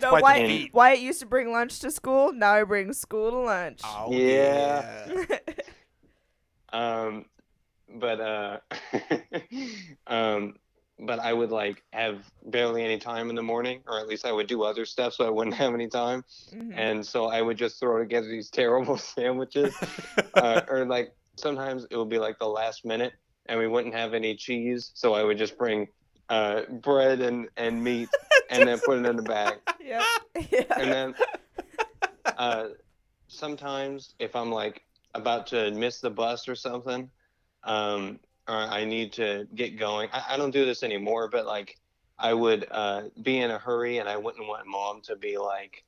S2: So
S1: quite the
S2: Wyatt,
S4: feat.
S2: Wyatt used to bring lunch to school. Now he brings school to lunch. <laughs>
S1: Oh,
S2: Mm-hmm.
S4: Yeah. um but uh <laughs> um but i would like have barely any time in the morning or at least i would do other stuff so i wouldn't <laughs> have any time
S2: Mhm.
S4: and so i would just throw together these <laughs> terrible sandwiches uh, or like sometimes it would be like the last minute and we wouldn't have any cheese so i would just bring uh bread and and meat and then put it in the bag
S2: Yep. <laughs> yeah.
S4: and then uh, sometimes if I'm like about to miss the bus or something, um, or I need to get going, I, I don't do this anymore, but like I would uh, be in a hurry and I wouldn't want mom to be like,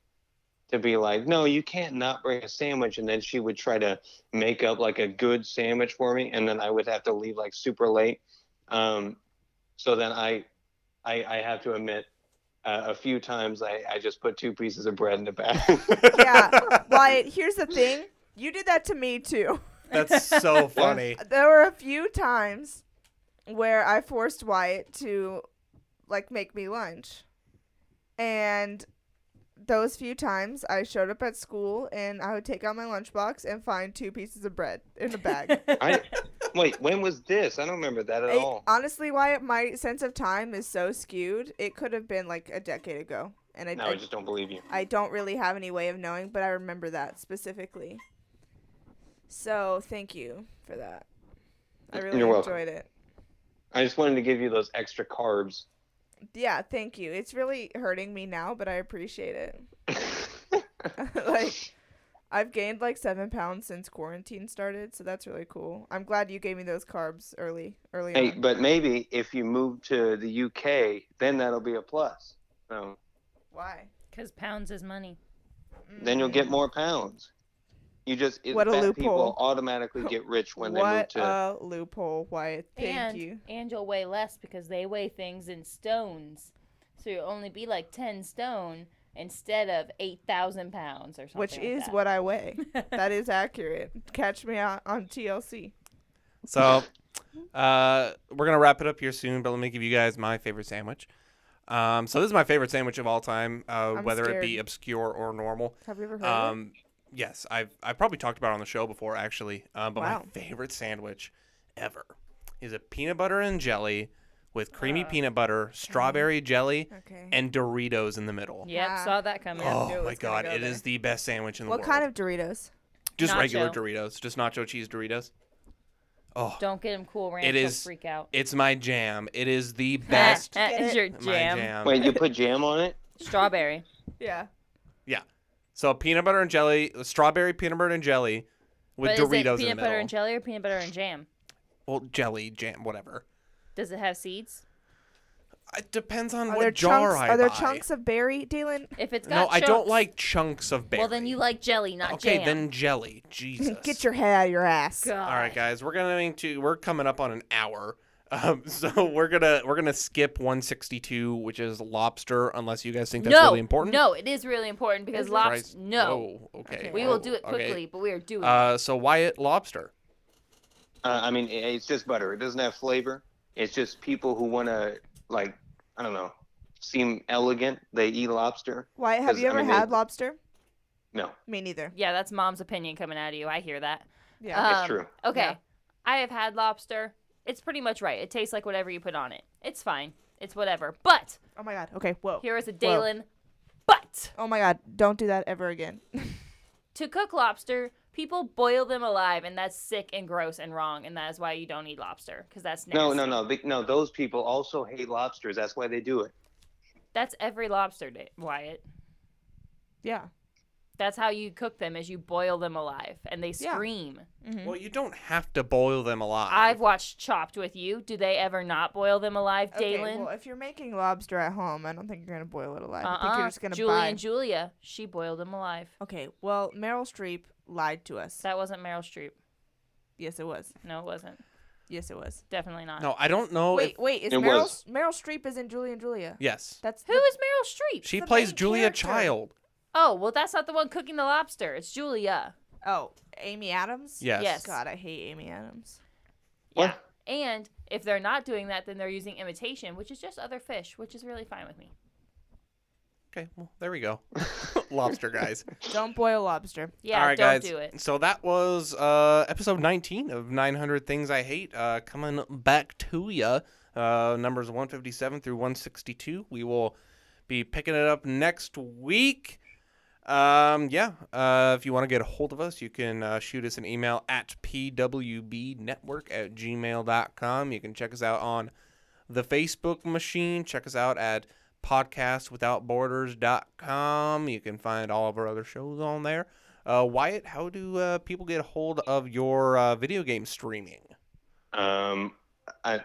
S4: to be like, no, you can't not bring a sandwich. And then she would try to make up like a good sandwich for me. And then I would have to leave like super late. Um, so then I, I, I have to admit, uh, a few times I, I just put two pieces of bread in the bag.
S1: <laughs>
S2: Yeah. Wyatt, here's the thing. You did that to me too.
S1: That's
S2: <laughs>
S1: so funny.
S2: There were a few times where I forced Wyatt to like make me lunch. And those few times I showed up at school and I would take out my lunchbox and find two pieces of bread in a bag.
S4: I wait. When was this? I don't remember that at
S2: It-
S4: all.
S2: honestly, Wyatt, my sense of time is so skewed. It could have been like a decade ago. And I,
S4: No,
S2: I,
S4: I just don't believe you.
S2: I don't really have any way of knowing, but I remember that specifically. So thank you for that. I really
S4: You're welcome.
S2: enjoyed it.
S4: I just wanted to give you those extra carbs. <laughs>
S2: Yeah, thank you. It's really hurting me now, but I appreciate it. <laughs> like, I've gained like seven pounds since quarantine started, so that's really cool. I'm glad you gave me those carbs early, early
S4: hey,
S2: on.
S4: but maybe if you move to the UK, then that'll be a plus. So
S2: Why?
S3: Because pounds is money.
S4: then you'll get more pounds. You just it,
S2: What a
S4: fat
S2: loophole.
S4: people automatically get rich when they move
S2: what
S4: to.
S2: a loophole, Wyatt. Thank
S3: and,
S2: you.
S3: And you'll weigh less because they weigh things in stones. So you'll only be like 10 stone instead of 8,000 pounds or something.
S2: Which
S3: like
S2: is
S3: that.
S2: what
S3: <laughs>
S2: I weigh. that is accurate. Catch me on, on TLC.
S1: So, uh, we're gonna wrap it up here soon, but let me give you guys my favorite sandwich. Um, so this is my favorite sandwich of all time, uh,
S2: I'm
S1: whether it be
S2: scared.
S1: obscure or normal.
S2: Have you ever heard of it?
S1: Um, yes, I've I've probably talked about it on the show before actually, um, but
S2: Wow.
S1: my favorite sandwich ever is a peanut butter and jelly with creamy peanut butter, strawberry
S2: Mm-hmm.
S1: jelly,
S2: Okay.
S1: and Doritos in the middle.
S3: Yep,
S2: Ah.
S3: saw that coming.
S1: Oh my god, it is the best sandwich in the
S2: What
S1: world.
S2: kind of Doritos?
S1: just regular
S3: Nacho.
S1: Doritos, just nacho cheese Doritos. Oh,
S3: Don't get him cool ranch.
S1: It
S3: It is.
S1: is-
S3: freak out.
S1: it's my jam. It is
S2: <laughs>
S1: the
S3: <laughs>
S1: best.
S3: That
S2: Get
S3: is
S2: it?
S3: your
S1: My
S3: jam.
S1: jam.
S4: <laughs> Wait, you
S2: <laughs>
S4: put jam on it?
S3: Strawberry.
S2: Yeah.
S1: So peanut butter and jelly, strawberry peanut butter and jelly, <laughs> with
S3: but is it
S1: Doritos in the
S3: peanut butter
S1: middle.
S3: and jelly or peanut butter and jam?
S1: well, jelly jam, whatever.
S3: Does it have seeds?
S1: It depends on
S2: Are
S1: what
S2: there
S1: jar
S2: chunks?
S1: I
S2: are there
S1: buy.
S2: chunks of berry, Dylan?
S3: If it's
S1: no,
S3: got
S1: I don't
S3: chunks-
S1: like chunks of berry.
S3: Well, then you like jelly, not
S1: Okay,
S3: jam.
S1: then
S3: <laughs>
S1: jelly. Jesus.
S2: Get your head out of your ass.
S3: God.
S1: All right, guys, we're going to we're coming up on an hour. Um, <laughs> so we're gonna we're gonna skip 162, which is lobster, unless you guys think that's
S3: no,
S1: really important.
S3: No, it is really important because
S1: Christ,
S3: lobster. No,
S1: whoa, okay.
S3: we
S1: whoa,
S3: will do it
S1: okay.
S3: quickly, but we are doing. it.
S1: Uh, so Wyatt, lobster.
S4: Uh, I mean, it- it's just butter. It doesn't have flavor. It's just people who want to, like, I don't know, seem elegant. They eat lobster.
S2: Why have
S4: Does-
S2: you
S4: I
S2: ever
S4: mean, they-
S2: had lobster?
S4: No,
S2: Me neither.
S3: yeah, that's mom's opinion coming out of you. I hear that.
S2: Yeah.
S4: it's
S3: Um,
S4: true.
S3: Okay,
S2: Yeah.
S3: I have had lobster. It's pretty much right. It tastes like whatever you put on it. It's fine. It's whatever. But
S2: oh my god. Okay. Whoa.
S3: here is a Dalen. But
S2: Oh my god. Don't do that ever again. <laughs>
S3: to cook lobster, people boil them alive, and that's sick and gross and wrong, and that is why you don't eat lobster because that's nasty.
S4: No, no, no, be- no. Those people also hate lobsters. That's why they do it.
S3: That's every lobster, day, Wyatt.
S2: yeah.
S3: That's how you cook them is you boil them alive and they
S2: Yeah.
S3: scream.
S2: Mhm.
S1: Well, you don't have to boil them alive.
S3: Hmm? I've watched Chopped with you. Do they ever not boil them alive,
S2: Okay,
S3: Dalen?
S2: well, if you're making lobster at home, I don't think you're gonna boil it alive. I think
S3: Uh-uh.
S2: you're just gonna
S3: Julie
S2: buy.
S3: and Julia, she boiled them alive.
S2: okay, well, Meryl Streep lied to us.
S3: That wasn't Meryl Streep.
S2: Yes, it was.
S3: No, it wasn't.
S2: Yes, it was.
S3: Definitely not.
S1: No, I don't know.
S2: wait,
S1: If,
S2: wait, is
S4: It
S2: Meryl
S4: was.
S2: Meryl Streep is in Julie and Julia?
S1: yes.
S2: That's
S3: Who
S2: the-
S3: is Meryl Streep?
S1: She
S2: the
S1: plays
S2: main
S1: Julia
S2: character.
S1: Child.
S3: Oh, well, that's not the one cooking the lobster. It's Julia.
S2: oh Amy Adams.
S1: Yes.
S3: Yes.
S2: God, I hate Amy Adams.
S4: What?
S3: And if they're not doing that, then they're using imitation, which is just other fish, which is really fine with me.
S1: Okay, well, there we go. <laughs> Lobster guys.
S2: Don't boil lobster.
S3: Yeah,
S1: All right,
S3: don't
S1: guys.
S3: do it.
S1: So that was uh, episode 19 of 900 Things I Hate. Uh, coming back to ya, uh, numbers 157 through 162. We will be picking it up next week. Um, yeah, uh, if you want to get a hold of us, you can uh, shoot us an email at pwbnetwork at gmail.com. You can check us out on the Facebook machine. Check us out at podcastwithoutborders.com. You can find all of our other shows on there. Uh, Wyatt, how do uh, people get a hold of your uh, video game streaming?
S4: Um, I,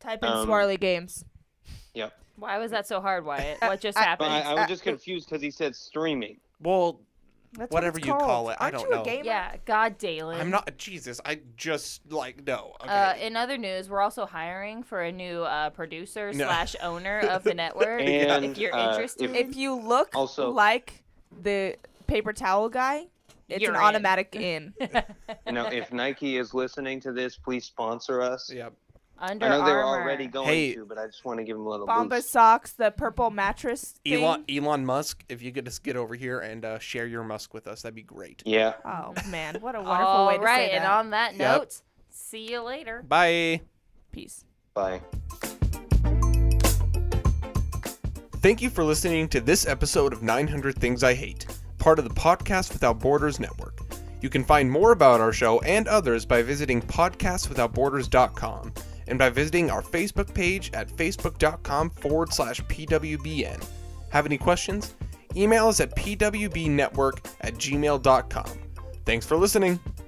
S2: Type in
S4: Um,
S2: Swarly Games.
S3: Why was that so hard, Wyatt? What
S1: <laughs>
S3: just happened?
S4: I, I
S2: uh,
S4: was just confused because he said streaming.
S1: Well,
S2: That's what
S1: whatever
S2: it's
S1: you
S2: called.
S1: call it, I
S2: Aren't
S1: don't
S2: you
S1: know.
S2: A gamer?
S3: yeah, God, Dalen.
S1: I'm not Jesus. I just like no. Okay.
S3: Uh, in other news, we're also hiring for a new uh, producer
S1: No.
S3: slash owner of
S4: <laughs>
S3: the network.
S4: And,
S3: if you're
S4: uh, if-
S3: interested,
S2: If you look
S4: Also-
S2: like the paper towel guy, it's
S3: You're
S2: an
S3: in. <laughs>
S2: automatic in.
S4: Now, if Nike is listening to this, please sponsor us.
S1: yep.
S3: Under
S4: I know they're
S3: Armour.
S4: already going
S1: Hey.
S4: to, but I just want to give them a little
S2: Bomba
S4: boost.
S2: socks, the purple mattress. Thing.
S1: Elon Elon Musk, if you could just get over here and uh, share your Musk with us, that'd be great.
S4: Yeah.
S2: Oh man,
S3: <laughs>
S2: what a wonderful
S3: All
S2: way to
S3: right,
S2: say
S3: and
S2: that.
S3: on that
S1: Yep.
S3: note, see you later.
S1: Bye.
S2: Peace.
S4: Bye.
S1: Thank you for listening to this episode of 900 Things I Hate, part of the Podcast Without Borders network. You can find more about our show and others by visiting podcastwithoutborders.com and by visiting our Facebook page at facebook.com forward slash PWBN. Have any questions? Email us at pwbnetwork at gmail.com. Thanks for listening.